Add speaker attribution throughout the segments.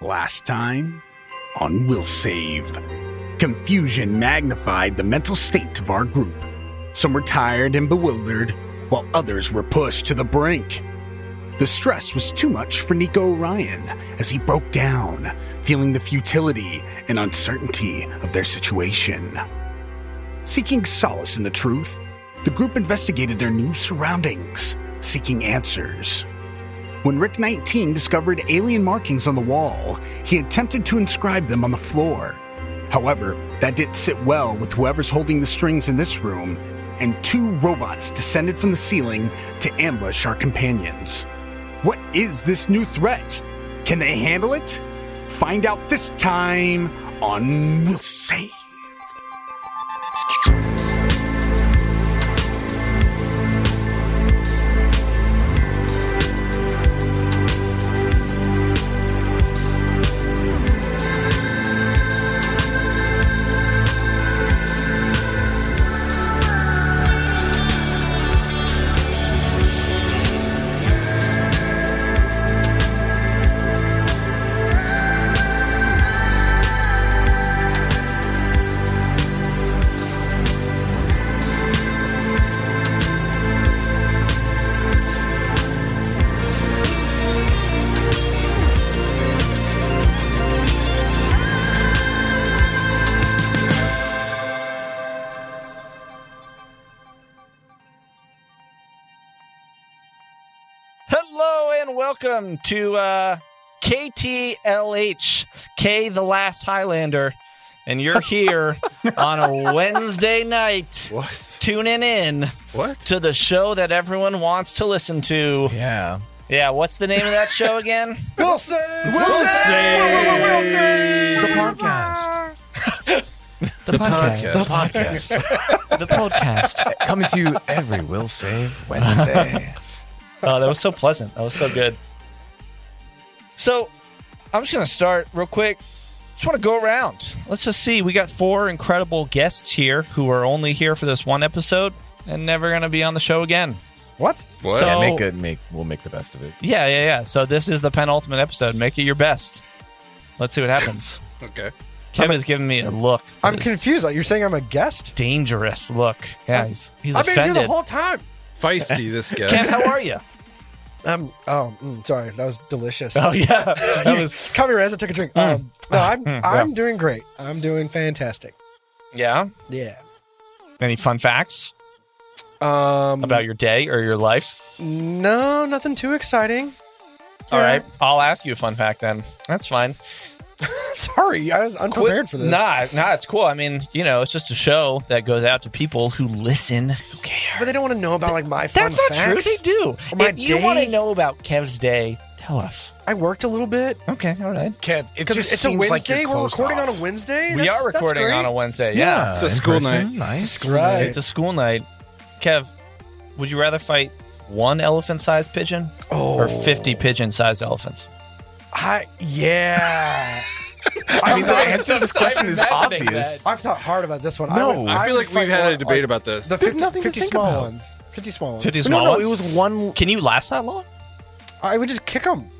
Speaker 1: Last time on Will Save. Confusion magnified the mental state of our group. Some were tired and bewildered, while others were pushed to the brink. The stress was too much for Nico Ryan as he broke down, feeling the futility and uncertainty of their situation. Seeking solace in the truth, the group investigated their new surroundings, seeking answers. When Rick 19 discovered alien markings on the wall, he attempted to inscribe them on the floor. However, that didn't sit well with whoever's holding the strings in this room, and two robots descended from the ceiling to ambush our companions. What is this new threat? Can they handle it? Find out this time on We'll Save.
Speaker 2: Hello and welcome to uh, KTLH, K the Last Highlander. And you're here on a Wednesday night.
Speaker 3: What?
Speaker 2: Tuning in
Speaker 3: What?
Speaker 2: to the show that everyone wants to listen to.
Speaker 3: Yeah.
Speaker 2: Yeah, what's the name of that show again?
Speaker 3: Wilson! Wilson! The podcast.
Speaker 2: The,
Speaker 3: The podcast.
Speaker 2: The, podcast.
Speaker 3: Coming to you every Will Save Wednesday.
Speaker 2: Oh, that was so pleasant. That was so good. So, I'm just going to start real quick. Just want to go around. Let's just see. We got four incredible guests here who are only here for this one episode and never going to be on the show again.
Speaker 3: what?
Speaker 2: What?
Speaker 3: yeah,
Speaker 2: So-
Speaker 3: make good. Make we'll make the best of it.
Speaker 2: Yeah, yeah, yeah. So, this is the penultimate episode. Make it your best. Let's see what happens.
Speaker 3: Okay.
Speaker 2: Kevin's giving me a look. that
Speaker 4: I'm
Speaker 2: is
Speaker 4: confused. Like, You're saying I'm a guest?
Speaker 2: Dangerous look. Yeah, he's, he's
Speaker 4: I've been here
Speaker 2: offended.
Speaker 4: the whole time.
Speaker 5: feisty this
Speaker 2: Kev,
Speaker 5: guest.
Speaker 2: how are you?
Speaker 4: Um. Oh, mm, sorry. That was delicious.
Speaker 2: yeah. Oh, That was. Hmm.
Speaker 4: Caught me right as I took a drink. Um, no, I'm I'm doing great. I'm doing fantastic.
Speaker 2: Yeah.
Speaker 4: Yeah.
Speaker 2: Any fun facts
Speaker 4: Um.
Speaker 2: about your day or your life?
Speaker 4: No, nothing too exciting.
Speaker 2: All right, I'll ask you a fun fact then. That's fine.
Speaker 4: Sorry, I was unprepared for this.
Speaker 2: Nah, nah, it's cool. I mean, you know, it's just a show that goes out to people who listen, who care.
Speaker 4: But they don't want to know about like my fun
Speaker 2: That's not true.
Speaker 4: facts.
Speaker 2: They do.
Speaker 4: Or my
Speaker 2: if you want to
Speaker 4: day.
Speaker 2: know about Kev's day, tell us.
Speaker 4: I worked a little bit
Speaker 2: Okay, all right.
Speaker 3: Kev, it
Speaker 4: because
Speaker 3: just
Speaker 4: it's a
Speaker 3: seems like
Speaker 4: Wednesday.
Speaker 3: you're
Speaker 4: We're
Speaker 3: closed
Speaker 4: recording
Speaker 3: off.
Speaker 4: on a Wednesday.
Speaker 2: we
Speaker 4: That's-
Speaker 2: are
Speaker 4: that's
Speaker 2: recording
Speaker 4: great.
Speaker 2: on a Wednesday.
Speaker 3: Yeah,
Speaker 2: Yeah.
Speaker 5: It's a
Speaker 3: Uh, in
Speaker 5: school
Speaker 3: person.
Speaker 5: night.
Speaker 3: Nice.
Speaker 4: Right.
Speaker 2: It's a school night. Kev, would you rather fight one elephant sized pigeon or 50 pigeon sized elephants?
Speaker 4: Oh, I, yeah.
Speaker 3: I mean, the answer to this
Speaker 2: I'm
Speaker 3: question is
Speaker 2: imagining
Speaker 3: obvious.
Speaker 4: I've thought hard about this one.
Speaker 3: No.
Speaker 4: I, would,
Speaker 3: I
Speaker 5: I feel
Speaker 4: would
Speaker 5: like we've
Speaker 4: fight
Speaker 5: had
Speaker 4: one-
Speaker 5: a debate
Speaker 4: uh,
Speaker 5: about this.
Speaker 4: The
Speaker 3: There's
Speaker 4: 50,
Speaker 3: nothing to
Speaker 4: 50
Speaker 3: think
Speaker 4: small
Speaker 3: about.
Speaker 4: ones. 50 small ones.
Speaker 2: 50 small
Speaker 3: No, no,
Speaker 2: ones?
Speaker 3: it was one.
Speaker 2: Can you last that long?
Speaker 4: I would just kick them.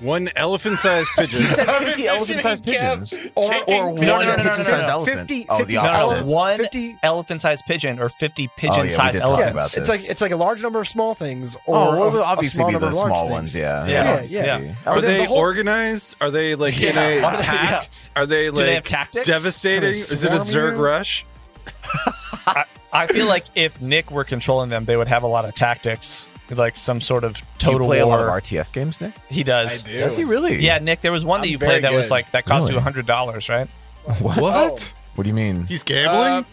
Speaker 5: One elephant-sized pigeon.
Speaker 3: Fifty elephant-sized pigeons, or, or one
Speaker 2: No, no, no, no, no, no, no.
Speaker 3: elephant-sized elephant.
Speaker 4: 50
Speaker 6: Oh, the
Speaker 4: 50
Speaker 2: No, no,
Speaker 6: opposite.
Speaker 2: one
Speaker 4: 50
Speaker 2: elephant-sized pigeon or 50
Speaker 6: Oh, yeah, we
Speaker 2: pigeon-sized
Speaker 6: did talk
Speaker 4: Yeah,
Speaker 2: elephants.
Speaker 6: about
Speaker 4: it's,
Speaker 6: this.
Speaker 4: it's like it's like a large number of small things, or
Speaker 6: Oh, well, it would
Speaker 4: a- a
Speaker 6: obviously
Speaker 4: small
Speaker 6: be
Speaker 4: number
Speaker 6: the
Speaker 4: of large
Speaker 6: small
Speaker 4: things.
Speaker 6: ones, yeah.
Speaker 2: Yeah,
Speaker 4: yeah,
Speaker 6: obviously.
Speaker 4: yeah.
Speaker 5: Are
Speaker 4: Or the-
Speaker 5: they
Speaker 4: the whole-
Speaker 5: organized? Are they like
Speaker 2: Yeah.
Speaker 5: in
Speaker 2: Are
Speaker 5: a
Speaker 2: they-
Speaker 5: pack? Are they like
Speaker 2: they have tactics?
Speaker 5: devastating?
Speaker 4: Kinda
Speaker 5: Is it a
Speaker 4: swarm
Speaker 5: Zerg
Speaker 4: you?
Speaker 5: rush?
Speaker 2: I feel like if Nick were controlling them, they would have a lot of tactics, like some sort of total
Speaker 6: Do you play
Speaker 2: war.
Speaker 6: a lot of RTS games, Nick?
Speaker 2: he does.
Speaker 6: Does he really?
Speaker 2: Yeah, Nick, there was one that
Speaker 5: I'm
Speaker 2: you played
Speaker 5: very
Speaker 2: that was
Speaker 5: good.
Speaker 2: like that cost you
Speaker 6: Really?
Speaker 2: hundred dollars, right?
Speaker 6: What?
Speaker 2: Oh.
Speaker 5: What?
Speaker 6: What do you mean?
Speaker 5: He's gambling?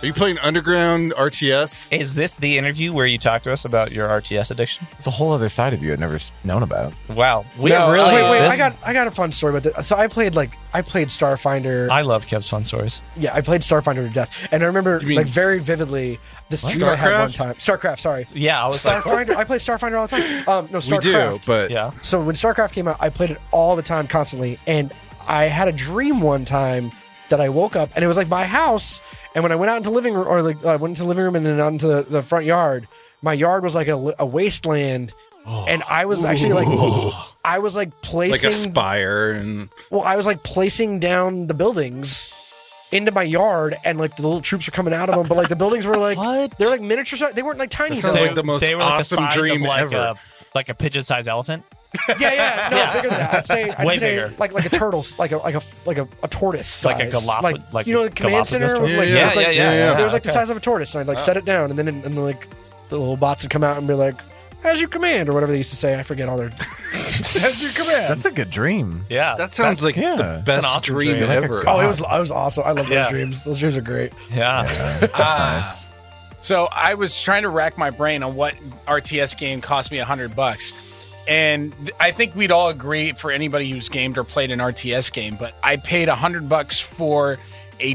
Speaker 5: Are you playing underground RTS?
Speaker 2: Is this the interview where you talk to us about your RTS addiction?
Speaker 6: It's a whole other side of you I've never s- known about.
Speaker 2: Wow, we
Speaker 4: No,
Speaker 2: are really.
Speaker 4: Wait, wait.
Speaker 2: this-
Speaker 4: I got I got a fun story about this. So I played like I played Starfinder.
Speaker 2: I love Kev's fun stories.
Speaker 4: yeah, I played Starfinder to death, and I remember
Speaker 5: mean-
Speaker 4: like very vividly this dream I had one
Speaker 5: Starcraft?
Speaker 4: time. Starcraft, sorry.
Speaker 2: Yeah, I was like,
Speaker 4: Starfinder. I play Starfinder all the time. Um, no, Starcraft.
Speaker 5: oh. We do, but
Speaker 2: yeah,
Speaker 4: So when StarCraft came out, I played it all the time, constantly, and I had a dream one time that I woke up and it was like my house. And when I went out into living room, or like I went into the living room and then out into the, the front yard, my yard was like a, a wasteland and I was actually like, I was like
Speaker 5: Oh. like a
Speaker 4: placing,
Speaker 5: spire and
Speaker 4: well, I was like placing down the buildings into my yard, and like the little troops were coming out of them, but like the buildings were like,
Speaker 2: What?
Speaker 4: they're like miniature, si- they weren't like tiny.
Speaker 5: That sounds
Speaker 4: though.
Speaker 5: like the most awesome
Speaker 2: size of,
Speaker 5: dream
Speaker 2: like
Speaker 5: ever.
Speaker 2: A, like a pigeon-sized elephant.
Speaker 4: yeah, yeah, no,
Speaker 2: Yeah.
Speaker 4: bigger than that. I'd say, I'd
Speaker 2: Way
Speaker 4: say
Speaker 2: bigger.
Speaker 4: like like a turtle, like a like a like a, a tortoise,
Speaker 2: Like a
Speaker 4: size.
Speaker 2: Galapo- like
Speaker 4: you know,
Speaker 2: a
Speaker 4: the command
Speaker 2: Galapagos
Speaker 4: center,
Speaker 2: tortoise?
Speaker 4: with, like,
Speaker 5: Yeah,
Speaker 4: with,
Speaker 2: yeah,
Speaker 4: like,
Speaker 2: yeah,
Speaker 5: yeah,
Speaker 4: It was like
Speaker 2: yeah.
Speaker 4: the size of a tortoise, and I'd like set it down, and then and, then like the little bots would come out and be like, "As you command," or whatever they used to say. I forget all their. As you command.
Speaker 6: That's a good dream.
Speaker 2: Yeah,
Speaker 5: that sounds like
Speaker 6: yeah.
Speaker 5: the
Speaker 2: That's
Speaker 5: best
Speaker 2: an awesome
Speaker 5: dream,
Speaker 2: dream.
Speaker 6: Like a
Speaker 5: ever.
Speaker 4: Oh, it was I was awesome. I love those
Speaker 2: Yeah.
Speaker 4: dreams. Those dreams are great.
Speaker 2: yeah.
Speaker 6: That's
Speaker 2: Ah.
Speaker 6: nice.
Speaker 7: So I was trying to rack my brain on what RTS game cost me a hundred bucks. And th- I think we'd all agree for anybody who's gamed or played an RTS game, but I paid a hundred bucks for a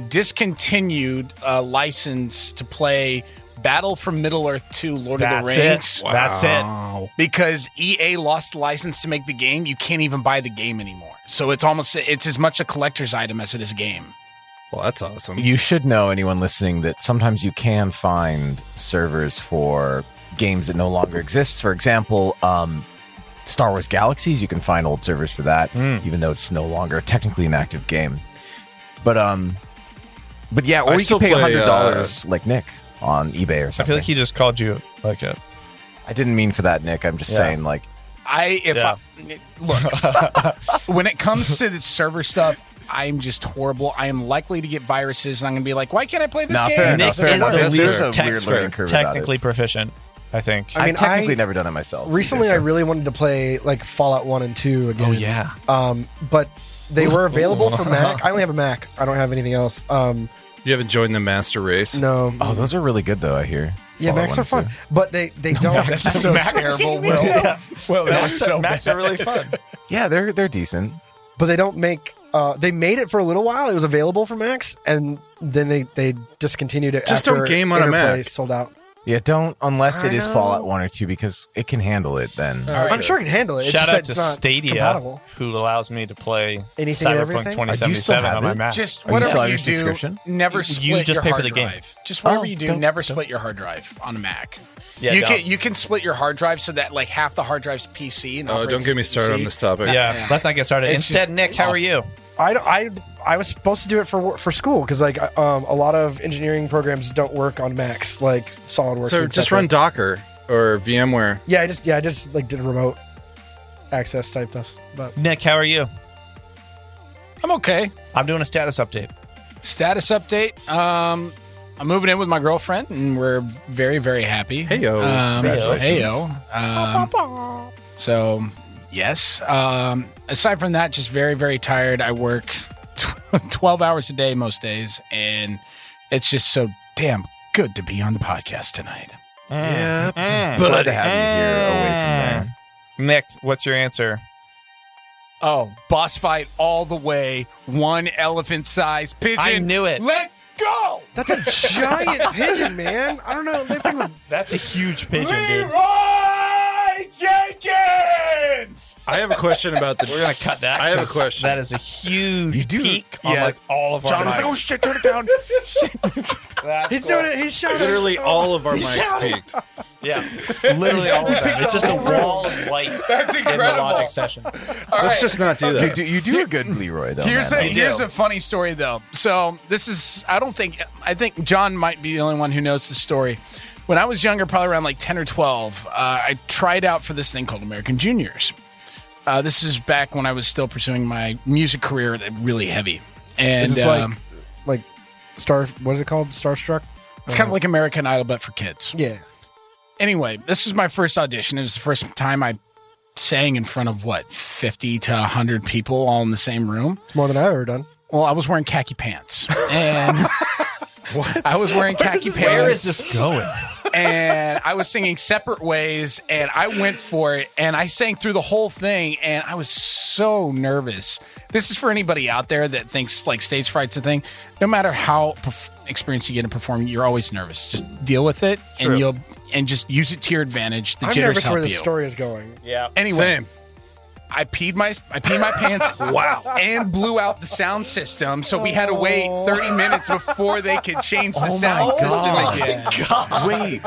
Speaker 7: discontinued uh, license to play Battle for Middle Earth 2 Lord of
Speaker 2: That's
Speaker 7: the
Speaker 2: it.
Speaker 7: Rings
Speaker 2: That's it.
Speaker 5: Wow.
Speaker 7: because EA lost the license to make the game. You can't even buy the game anymore. So it's almost it's as much a collector's item as it is a game.
Speaker 5: Well, that's awesome.
Speaker 6: You should know, anyone listening, that sometimes you can find servers for games that no longer exist. For example, um, Star Wars Galaxies, you can find old servers for that,
Speaker 2: Hmm.
Speaker 6: even though it's no longer technically an active game. But um, but yeah,
Speaker 5: I
Speaker 6: or you
Speaker 5: still
Speaker 6: can pay
Speaker 5: play,
Speaker 6: hundred dollars, like Nick, on eBay or
Speaker 2: uh, I
Speaker 6: something.
Speaker 2: feel like he just called you like a.
Speaker 6: I didn't mean for that, Nick. I'm just
Speaker 2: Yeah.
Speaker 6: saying, like,
Speaker 7: I if
Speaker 2: Yeah.
Speaker 7: I, look when it comes to the server stuff, I'm just horrible. I am likely to get viruses, and I'm gonna be like, why can't I play this
Speaker 6: Nah,
Speaker 7: game?
Speaker 6: fair
Speaker 2: Nick
Speaker 6: enough. Fair
Speaker 2: is
Speaker 6: enough.
Speaker 2: the
Speaker 6: There's
Speaker 2: least
Speaker 6: a
Speaker 2: tech-
Speaker 6: weird learning curve about it.
Speaker 2: technically proficient. I think.
Speaker 6: I
Speaker 4: mean,
Speaker 6: have technically
Speaker 4: I-
Speaker 6: never done it myself.
Speaker 4: Recently, I
Speaker 6: either, so-
Speaker 4: really wanted to play like Fallout One and Two
Speaker 2: Oh,
Speaker 4: again.
Speaker 7: yeah,
Speaker 4: Um, but they were available for Mac. I only have a Mac. I don't have anything else. Um,
Speaker 5: You haven't joined the master race.
Speaker 4: no.
Speaker 6: oh, those are really good though. I hear.
Speaker 4: yeah,
Speaker 6: Follow
Speaker 4: Macs
Speaker 6: one
Speaker 4: are fun,
Speaker 6: too.
Speaker 4: but they they don't.
Speaker 7: so terrible. Will.
Speaker 2: Well, that's so Macs are really fun.
Speaker 6: Yeah, they're they're decent.
Speaker 4: but they don't make. Uh, they made it for a little while. It was available for Macs, and then they they discontinued it.
Speaker 5: Just
Speaker 4: after
Speaker 5: don't game on a
Speaker 4: Interplay
Speaker 5: Mac.
Speaker 4: Sold out.
Speaker 6: Yeah, don't unless
Speaker 4: I
Speaker 6: it is
Speaker 4: know.
Speaker 6: Fallout One or Two because it can handle it. Then
Speaker 4: I'm sure I can handle it. It's
Speaker 2: Shout
Speaker 4: just
Speaker 2: out
Speaker 4: that
Speaker 2: to
Speaker 4: it's not
Speaker 2: Stadia,
Speaker 4: compatible.
Speaker 2: who allows me to play
Speaker 4: Anything and
Speaker 2: Cyberpunk
Speaker 4: everything?
Speaker 2: 2077
Speaker 6: have
Speaker 2: on my
Speaker 6: it?
Speaker 2: Mac.
Speaker 7: Just
Speaker 6: Are you
Speaker 7: whatever
Speaker 6: selling your
Speaker 7: you, do,
Speaker 6: subscription?
Speaker 7: never
Speaker 2: You
Speaker 7: split
Speaker 2: just
Speaker 7: your
Speaker 2: pay for
Speaker 7: hard
Speaker 2: the game.
Speaker 7: drive. Just whatever
Speaker 6: Oh,
Speaker 7: you do,
Speaker 6: don't-
Speaker 7: never split your hard drive on a Mac.
Speaker 2: Yeah,
Speaker 7: you
Speaker 2: don't.
Speaker 7: can you can split your hard drive so that like half the hard drive's PC. And
Speaker 5: Oh, don't
Speaker 7: operates
Speaker 5: get me
Speaker 7: as
Speaker 5: started
Speaker 7: PC.
Speaker 5: on this topic.
Speaker 2: yeah,
Speaker 7: Yeah.
Speaker 2: let's not get started.
Speaker 7: It's
Speaker 2: Instead,
Speaker 7: just
Speaker 2: Nick, how are
Speaker 7: awful.
Speaker 2: you?
Speaker 4: I, don't- I I was supposed to do it for wor- for school because like I- um, a lot of engineering programs don't work on Macs like SolidWorks.
Speaker 5: So
Speaker 4: et
Speaker 5: just
Speaker 4: cetera.
Speaker 5: run Docker or VMware.
Speaker 4: Yeah, I just yeah I just like did remote access type stuff. But
Speaker 2: Nick, how are you?
Speaker 7: I'm okay.
Speaker 2: I'm doing a status update.
Speaker 7: Status update. Um, I'm moving in with my girlfriend, and we're very, very happy.
Speaker 5: Heyo.
Speaker 7: um,
Speaker 2: Congratulations.
Speaker 7: heyo. Um, so, yes. Um, aside from that, just very, very tired. I work twelve hours a day most days, and it's just so damn good to be on the podcast tonight.
Speaker 5: Yeah.
Speaker 6: Mm. glad to have you here away from there.
Speaker 2: Eh. Nick, what's your answer?
Speaker 7: Oh, boss fight all the way! One elephant-sized pigeon.
Speaker 2: I knew it.
Speaker 7: Let's go,
Speaker 4: that's a giant pigeon, man. I don't know. That thing was-
Speaker 2: That's a huge pigeon, dude.
Speaker 7: Leroy Jenkins.
Speaker 5: I have a question about the.
Speaker 2: We're gonna cut that.
Speaker 5: I have a
Speaker 2: 'cause
Speaker 5: question.
Speaker 2: That is a huge
Speaker 6: You do-
Speaker 2: peak on
Speaker 5: yeah.
Speaker 2: like all of our.
Speaker 6: John was like,
Speaker 2: lives.
Speaker 6: "Oh shit, turn it down."
Speaker 4: he's doing it. He's shouting.
Speaker 5: Literally all of our mics peaked.
Speaker 2: Yeah, literally all of them. It's just a wall of light That's in the
Speaker 7: incredible.
Speaker 2: logic session.
Speaker 5: Let's just not do
Speaker 6: You
Speaker 5: that.
Speaker 6: do, you do a good Leroy though.
Speaker 7: Here's a
Speaker 6: man.
Speaker 7: here's a funny story though. So this is I don't think I think John might be the only one who knows the story. When I was younger, probably around like ten or twelve, uh, I tried out for this thing called American Juniors. Uh, this is back when I was still pursuing my music career, that really heavy, and
Speaker 4: This is like-
Speaker 7: um,
Speaker 4: like star. What is it called? Starstruck.
Speaker 7: it's kind of like American Idol but for kids.
Speaker 4: Yeah.
Speaker 7: Anyway, this was my first audition. It was the first time I sang in front of what fifty to hundred people all in the same room.
Speaker 4: It's more than I've ever done.
Speaker 7: Well, I was wearing khaki pants. And what? I was wearing khaki pants.
Speaker 2: Where is this going?
Speaker 7: And I was singing separate ways and I went for it and I sang through the whole thing and I was so nervous. This is for anybody out there that thinks like stage fright's a thing. No matter how perf- experienced you get in performing, you're always nervous. Just deal with it and you'll and just use it to your advantage. The
Speaker 4: I'm
Speaker 7: jitters
Speaker 4: nervous
Speaker 7: help
Speaker 4: where
Speaker 7: you.
Speaker 4: this story is going.
Speaker 2: Yeah.
Speaker 7: Anyway,
Speaker 8: I peed my I peed my pants. wow! And blew out the sound system, so we had to wait 30 minutes before they could change the sound
Speaker 6: God.
Speaker 8: system again.
Speaker 6: Wait,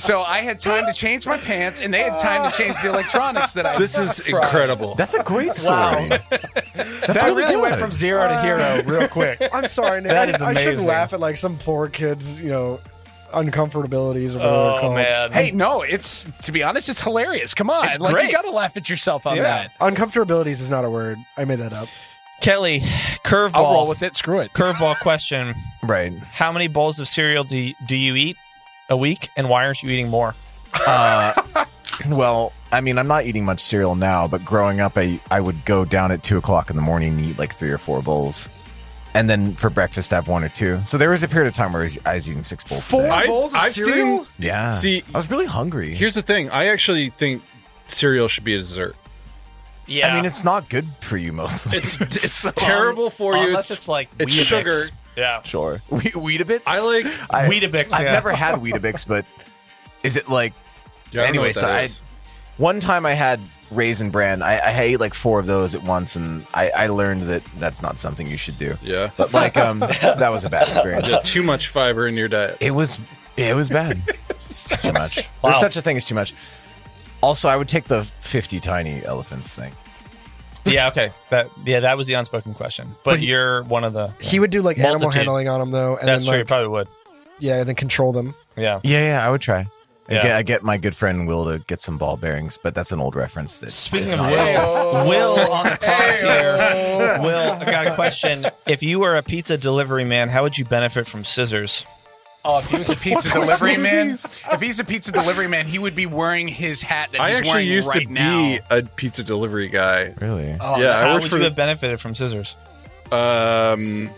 Speaker 8: So I had time to change my pants, and they had time to change the electronics that I.
Speaker 5: This is incredible.
Speaker 6: that's a great story.
Speaker 2: Wow.
Speaker 6: That's
Speaker 2: that
Speaker 6: really
Speaker 2: really
Speaker 6: good.
Speaker 2: went from zero to hero real quick.
Speaker 4: I'm sorry, Nick.
Speaker 2: That is
Speaker 4: I, I should
Speaker 2: amazing.
Speaker 4: laugh at like some poor kids, you know, uncomfortabilities or whatever they're
Speaker 2: oh
Speaker 4: called.
Speaker 2: man.
Speaker 8: Hey, no, it's to be honest, it's hilarious. Come on,
Speaker 2: It's
Speaker 8: like
Speaker 2: great.
Speaker 8: you gotta laugh at yourself on
Speaker 4: Yeah.
Speaker 8: that.
Speaker 4: Uncomfortabilities is not a word. I made that up.
Speaker 2: Kelly, curveball.
Speaker 8: I'll roll with it. Screw it.
Speaker 2: curveball question.
Speaker 6: Right.
Speaker 2: How many bowls of cereal do you, do you eat a week, and why aren't you eating more?
Speaker 6: Well, I mean, I'm not eating much cereal now, but growing up, I, I would go down at two o'clock in the morning and eat like three or four bowls. And then for breakfast, I have one or two. So there was a period of time where I was, I was eating six bowls. a
Speaker 4: Four
Speaker 6: day.
Speaker 5: I've-
Speaker 4: bowls of
Speaker 5: I've
Speaker 4: cereal.
Speaker 5: seen-
Speaker 6: Yeah.
Speaker 5: See-
Speaker 6: I was really hungry.
Speaker 5: Here's the thing. I actually think cereal should be a dessert.
Speaker 2: Yeah,
Speaker 6: I mean, it's not good for you mostly.
Speaker 5: It's it's terrible for you.
Speaker 2: Unless it's, like
Speaker 5: it's
Speaker 2: Weetabix.
Speaker 5: sugar.
Speaker 2: Yeah,
Speaker 6: sure. We- Weetabix?
Speaker 5: I like.
Speaker 6: I,
Speaker 2: Weetabix.
Speaker 6: I've
Speaker 2: yeah.
Speaker 6: never had Weetabix, but is it like
Speaker 5: Yeah, I don't know
Speaker 6: anyway,
Speaker 5: what that
Speaker 6: so I,
Speaker 5: is.
Speaker 6: one time I had raisin bran. I, I ate like four of those at once, and I, I learned that that's not something you should do.
Speaker 5: Yeah.
Speaker 6: But like, um, that was a bad experience.
Speaker 5: Yeah, too much fiber in your diet.
Speaker 6: It was it was bad. too much.
Speaker 2: Wow.
Speaker 6: There's such a thing as too much. Also, I would take the 50 tiny elephants thing.
Speaker 2: yeah, okay. That yeah, that was the unspoken question. But, you're one of the.
Speaker 4: He would do like animal
Speaker 2: Multitude.
Speaker 4: handling on them though, and
Speaker 2: That's
Speaker 4: then
Speaker 2: true. You
Speaker 4: like
Speaker 2: probably would.
Speaker 4: yeah, and then control them.
Speaker 2: Yeah.
Speaker 6: Yeah, yeah, I would try. I,
Speaker 2: Yeah.
Speaker 6: get, I get my good friend Will to get some ball bearings, but that's an old reference. That
Speaker 2: Speaking of Will,
Speaker 4: oh.
Speaker 2: Will on the crosshair. Will, I got a question. If you were a pizza delivery man, how would you benefit from scissors?
Speaker 8: Oh, if he was a pizza delivery man, if he's a pizza delivery man, he would be wearing his hat that
Speaker 5: I
Speaker 8: he's
Speaker 5: actually
Speaker 8: wearing
Speaker 5: used
Speaker 8: right
Speaker 5: to
Speaker 8: now.
Speaker 5: be a pizza delivery guy.
Speaker 6: really,
Speaker 2: Oh,
Speaker 5: Yeah, I
Speaker 2: how
Speaker 5: worked
Speaker 2: would
Speaker 5: for
Speaker 2: you
Speaker 5: the-
Speaker 2: have benefited from scissors?
Speaker 5: Um,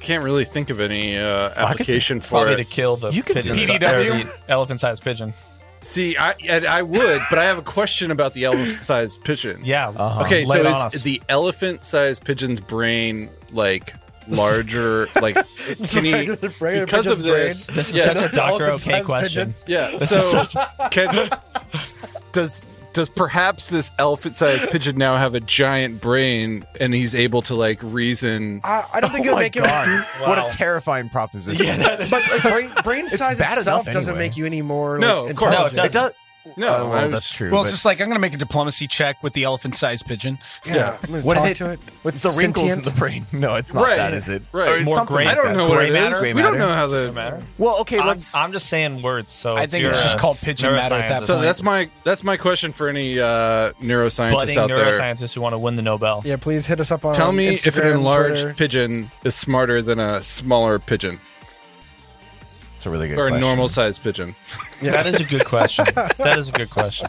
Speaker 5: can't really think of any
Speaker 2: Oh,
Speaker 5: uh, application for
Speaker 2: Probably
Speaker 5: it.
Speaker 2: to kill the
Speaker 6: You could
Speaker 2: pigeon
Speaker 6: do
Speaker 2: si- or
Speaker 8: PDW.
Speaker 2: the elephant-sized pigeon.
Speaker 5: See, I and I would, but I have a question about the elephant-sized pigeon.
Speaker 2: Yeah.
Speaker 6: Uh-huh.
Speaker 5: Okay,
Speaker 2: Lay it on
Speaker 5: so
Speaker 2: us.
Speaker 5: is the elephant-sized pigeon's brain like larger? Like, can he?
Speaker 4: Regular
Speaker 5: Because of
Speaker 4: pigeon's
Speaker 5: this,
Speaker 4: brain.
Speaker 2: This is
Speaker 5: yeah,
Speaker 2: such a Doctor
Speaker 4: elephant-sized
Speaker 2: OK question.
Speaker 5: yeah. So, can does does perhaps this elephant-sized pigeon now have a giant brain and he's able to like reason?
Speaker 4: I, I don't think
Speaker 6: Oh
Speaker 4: it'll
Speaker 6: my
Speaker 4: make
Speaker 6: God.
Speaker 4: it.
Speaker 6: what
Speaker 2: Wow.
Speaker 6: a terrifying proposition!
Speaker 4: But like, brain, brain size
Speaker 6: bad
Speaker 4: itself
Speaker 6: enough
Speaker 4: doesn't
Speaker 6: anyway.
Speaker 4: make you any more.
Speaker 5: No,
Speaker 4: like,
Speaker 5: of course.
Speaker 2: No, it
Speaker 4: intelligent.
Speaker 2: doesn't.
Speaker 5: No,
Speaker 6: Oh,
Speaker 5: I
Speaker 6: well,
Speaker 5: was-
Speaker 6: that's true.
Speaker 8: Well,
Speaker 6: but
Speaker 8: it's just like I'm going to make a diplomacy check with the elephant-sized pigeon.
Speaker 4: Yeah, I'm gonna
Speaker 6: what
Speaker 4: talk
Speaker 6: if it-
Speaker 4: to it.
Speaker 6: what's the wrinkles in
Speaker 4: sentient?
Speaker 6: the brain? No, it's not
Speaker 5: Right,
Speaker 6: that, is it?
Speaker 5: right.
Speaker 6: Or it's
Speaker 2: More
Speaker 6: something
Speaker 2: gray-
Speaker 5: I
Speaker 6: like
Speaker 5: don't
Speaker 6: that.
Speaker 5: know what it
Speaker 2: matter?
Speaker 5: is.
Speaker 6: Gray
Speaker 5: We don't
Speaker 6: matter?
Speaker 5: know how
Speaker 2: Doesn't
Speaker 5: the.
Speaker 2: matter.
Speaker 6: Well, okay,
Speaker 2: I'm,
Speaker 6: let's.
Speaker 2: I'm just saying words. So
Speaker 8: I
Speaker 2: if
Speaker 8: think
Speaker 2: you're
Speaker 8: it's just
Speaker 2: a
Speaker 8: called pigeon matter at that
Speaker 2: neuroscientist-
Speaker 5: So
Speaker 8: point.
Speaker 5: that's my that's my question for any uh, neuroscientists
Speaker 2: budding
Speaker 5: out there.
Speaker 2: neuroscientists who want to win the Nobel.
Speaker 4: Yeah, please hit us up on.
Speaker 5: Tell me if an
Speaker 4: Instagram,
Speaker 5: enlarged
Speaker 4: Twitter.
Speaker 5: pigeon is smarter than a smaller pigeon
Speaker 6: It's a really good
Speaker 5: or a
Speaker 6: question.
Speaker 5: normal sized pigeon.
Speaker 2: That is a good question. that is a good question.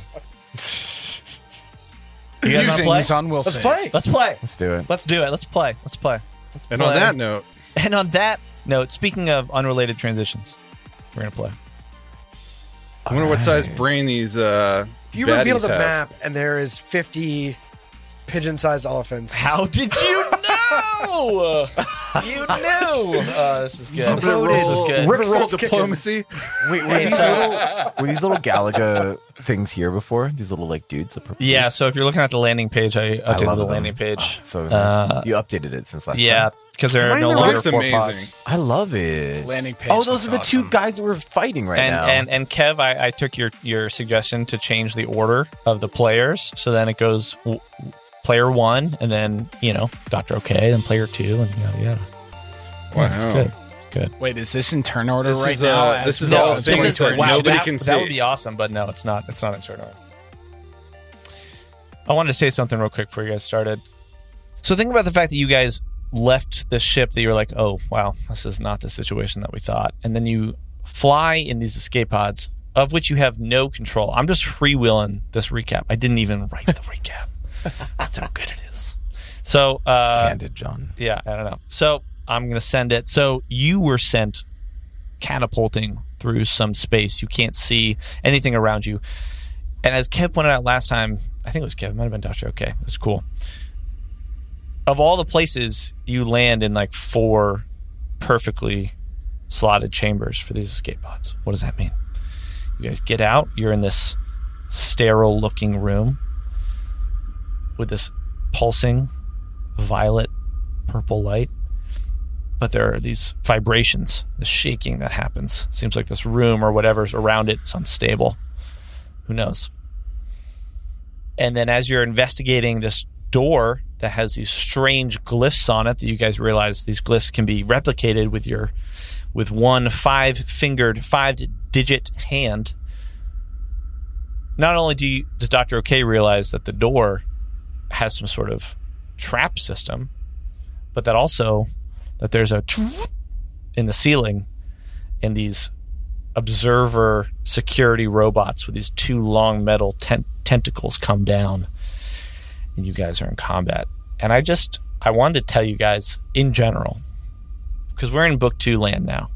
Speaker 2: You guys
Speaker 8: Using
Speaker 2: want
Speaker 8: is
Speaker 2: to play?
Speaker 8: on Wilson.
Speaker 4: Let's play.
Speaker 2: Let's play.
Speaker 6: Let's do it.
Speaker 2: Let's do it. Let's play. Let's play. Let's
Speaker 5: And on
Speaker 2: play.
Speaker 5: that note,
Speaker 2: and on that note, speaking of unrelated transitions, we're gonna play.
Speaker 5: I wonder what size brain these. Uh,
Speaker 4: If you reveal
Speaker 5: baddies
Speaker 4: the
Speaker 5: have.
Speaker 4: map and there is 50 pigeon-sized elephants,
Speaker 2: How did you know? you knew. Oh, this is good. This is good.
Speaker 5: River roll
Speaker 4: Kicking.
Speaker 5: diplomacy.
Speaker 6: Wait, were these little were these little Galaga things here before? These little like dudes? up-
Speaker 2: Yeah. So if you're looking at the landing page, I
Speaker 6: I
Speaker 2: updated
Speaker 6: love
Speaker 2: the
Speaker 6: them.
Speaker 2: landing page.
Speaker 6: Oh, it's so nice.
Speaker 2: Uh,
Speaker 6: you updated it since last
Speaker 2: yeah,
Speaker 6: time.
Speaker 2: because there are
Speaker 4: Mine
Speaker 2: no
Speaker 4: the
Speaker 2: longer
Speaker 5: Looks
Speaker 2: four
Speaker 5: amazing.
Speaker 2: pods.
Speaker 6: I love it.
Speaker 8: Landing page
Speaker 6: Oh, those
Speaker 8: looks
Speaker 6: are the two
Speaker 8: awesome.
Speaker 6: guys that were fighting right
Speaker 2: and,
Speaker 6: now.
Speaker 2: and uh, and Kev, I, I took your your suggestion to change the order of the players, so then it goes w- player one, and then you know Doctor OK, then player two, and yada yada.
Speaker 5: Wow.
Speaker 2: That's good.
Speaker 8: Wait, is this in turn order
Speaker 5: This
Speaker 8: right
Speaker 5: is,
Speaker 8: now?
Speaker 5: uh,
Speaker 8: as-
Speaker 5: this is
Speaker 8: No,
Speaker 5: all
Speaker 8: it's
Speaker 5: things
Speaker 8: in
Speaker 5: that
Speaker 8: turn
Speaker 5: wow,
Speaker 8: order.
Speaker 5: nobody
Speaker 2: that,
Speaker 5: can
Speaker 2: That would
Speaker 5: see.
Speaker 2: be awesome, but no, it's not. It's not in turn order. I wanted to say something real quick before you guys started. So think about the fact that you guys left the ship that you were like, oh wow, this is not the situation that we thought, and then you fly in these escape pods of which you have no control. I'm just freewheeling this recap. I didn't even write the recap. That's how good it is. So uh,
Speaker 6: Candid John.
Speaker 2: yeah, I don't know. So I'm gonna send it. So you were sent catapulting through some space. You can't see anything around you. And as Kev pointed out last time, I think it was Kev, it might have been Doctor. Okay, it was cool. Of all the places you land in, like four perfectly slotted chambers for these escape pods. What does that mean? You guys get out. You're in this sterile looking room with this pulsing violet purple light. But there are these vibrations, this shaking that happens. Seems like this room or whatever's around it is unstable. Who knows? And then as you're investigating this door that has these strange glyphs on it that you guys realize these glyphs can be replicated with your with one five fingered, five digit hand. Not only do you, does Dr. OK realize that the door has some sort of trap system, but that also that there's a in the ceiling and these observer security robots with these two long metal tent- tentacles come down and you guys are in combat. And I just I wanted to tell you guys in general because we're in book 2 land now.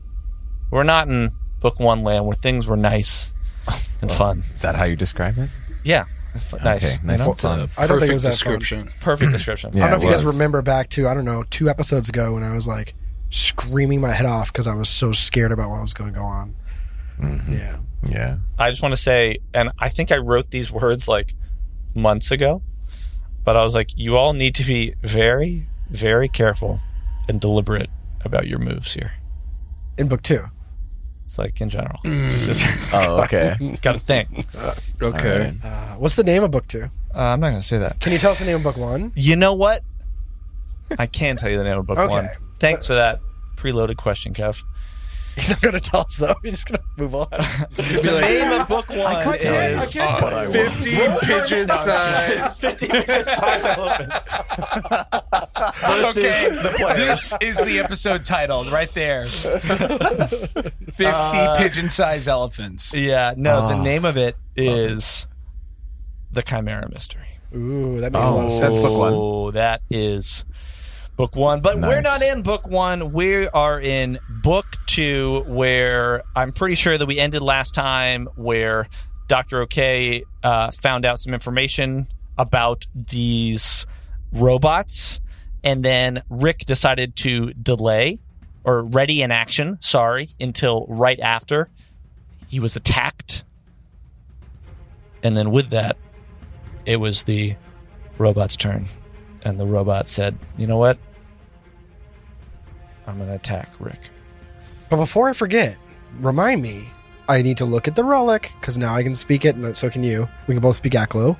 Speaker 2: We're not in book 1 land where things were nice and fun.
Speaker 6: Is that how you describe it?
Speaker 2: Yeah. f- Nice.
Speaker 6: Okay, nice and fun.
Speaker 4: I don't think it was that
Speaker 5: description.
Speaker 2: Perfect description.
Speaker 4: I don't know
Speaker 6: Yeah,
Speaker 4: if
Speaker 6: it
Speaker 4: you guys
Speaker 6: was.
Speaker 4: remember back to I don't know two episodes ago when I was like screaming my head off because I was so scared about what was going to go on.
Speaker 5: Mm-hmm.
Speaker 4: Yeah,
Speaker 6: Yeah.
Speaker 2: I just want to say, and I think I wrote these words like months ago, but I was like, you all need to be very, very careful and deliberate about your moves here.
Speaker 4: in book two.
Speaker 2: It's like in general, It's just
Speaker 6: Oh, okay.
Speaker 2: got to think.
Speaker 5: Okay.
Speaker 4: Uh, what's the name of book two?
Speaker 2: Uh, I'm not gonna say that.
Speaker 4: Can you tell us the name of book one?
Speaker 2: You know what? I can tell you the name of book
Speaker 4: Okay.
Speaker 2: one. Thanks for that preloaded question, Kev.
Speaker 4: He's not going to tell us though. He's just going to move on.
Speaker 2: The name of book one is
Speaker 6: But I will.
Speaker 5: 50 pigeon size.
Speaker 8: okay. This is the episode titled right there 50 pigeon sized elephants.
Speaker 2: yeah. No, the name of it is the Chimera Mystery.
Speaker 4: Ooh, that makes a lot of sense.
Speaker 6: that's book one.
Speaker 2: Oh, that is book one. But we're
Speaker 6: Nice.
Speaker 2: not in book one. We are in book two, where I'm pretty sure that we ended last time, where Dr. OK uh, found out some information about these robots. And then Rick decided to delay or ready in action, sorry, until right after he was attacked. And then with that, it was the robot's turn. And the robot said, You know what? I'm going to attack Rick.
Speaker 4: But before I forget, remind me. I need to look at the relic because now I can speak it, and so can you. We can both speak Aklo.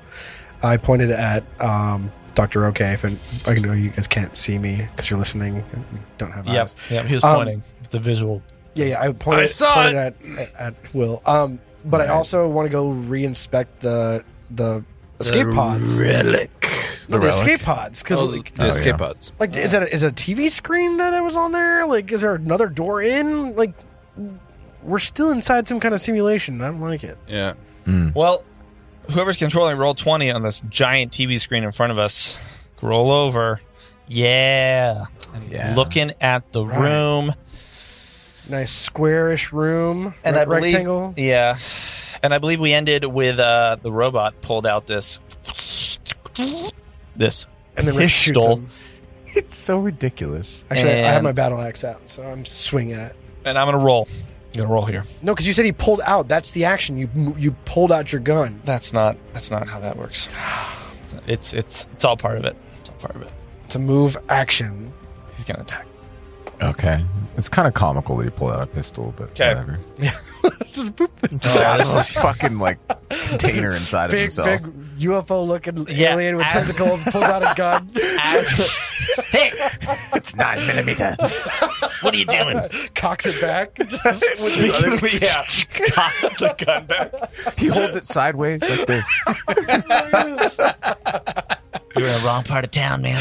Speaker 4: I pointed at um, Doctor OK. If I, I know you guys can't see me because you're listening and you don't have
Speaker 2: Yep.
Speaker 4: eyes.
Speaker 2: Yep. He was
Speaker 4: Um,
Speaker 2: pointing at the visual.
Speaker 4: Yeah, yeah. I pointed,
Speaker 5: I saw
Speaker 4: pointed At, at at Will. Um, but I also want to go reinspect the the escape pods.
Speaker 5: Relic.
Speaker 6: Oh,
Speaker 4: No, the escape pods because like,
Speaker 5: the escape pods.
Speaker 4: like is that a, is it a TV screen that that was on there? Like, is there another door in? Like, we're still inside some kind of simulation. I don't like it.
Speaker 5: Yeah.
Speaker 2: Well, whoever's controlling roll 20 on this giant TV screen in front of us, roll over. Yeah.
Speaker 6: Yeah.
Speaker 2: Looking at the room.
Speaker 4: Nice squarish room
Speaker 2: and
Speaker 4: re-
Speaker 2: I believe,
Speaker 4: rectangle.
Speaker 2: Yeah, and I believe we ended with uh, the robot pulled out this this
Speaker 4: And then Rick shoots
Speaker 2: pistol,
Speaker 4: him.
Speaker 6: It's so ridiculous.
Speaker 4: Actually, I- I have
Speaker 2: And-
Speaker 4: my battle axe out, so I'm swinging at it.
Speaker 2: and I'm gonna roll. I'm gonna roll here.
Speaker 4: No, because you said he pulled out. That's the action. You you pulled out your gun.
Speaker 2: That's not that's not how that works. It's it's it's all part of it. It's all part of it.
Speaker 4: It's a move action.
Speaker 2: He's gonna attack.
Speaker 6: Okay. It's kind of comical that you pull out a pistol, but
Speaker 2: 'Kay.
Speaker 6: whatever.
Speaker 4: Just boop.
Speaker 6: Just out of this fucking like container inside of
Speaker 4: Big
Speaker 6: himself.
Speaker 4: big UFO looking
Speaker 2: Yeah,
Speaker 4: alien with
Speaker 2: as-
Speaker 4: tentacles pulls out a gun.
Speaker 2: As- hey,
Speaker 6: It's nine millimeter.
Speaker 2: what are you doing?
Speaker 4: cocks it back.
Speaker 2: yeah, cock the gun back.
Speaker 6: he holds it sideways like this.
Speaker 2: You're in the wrong part of town, man.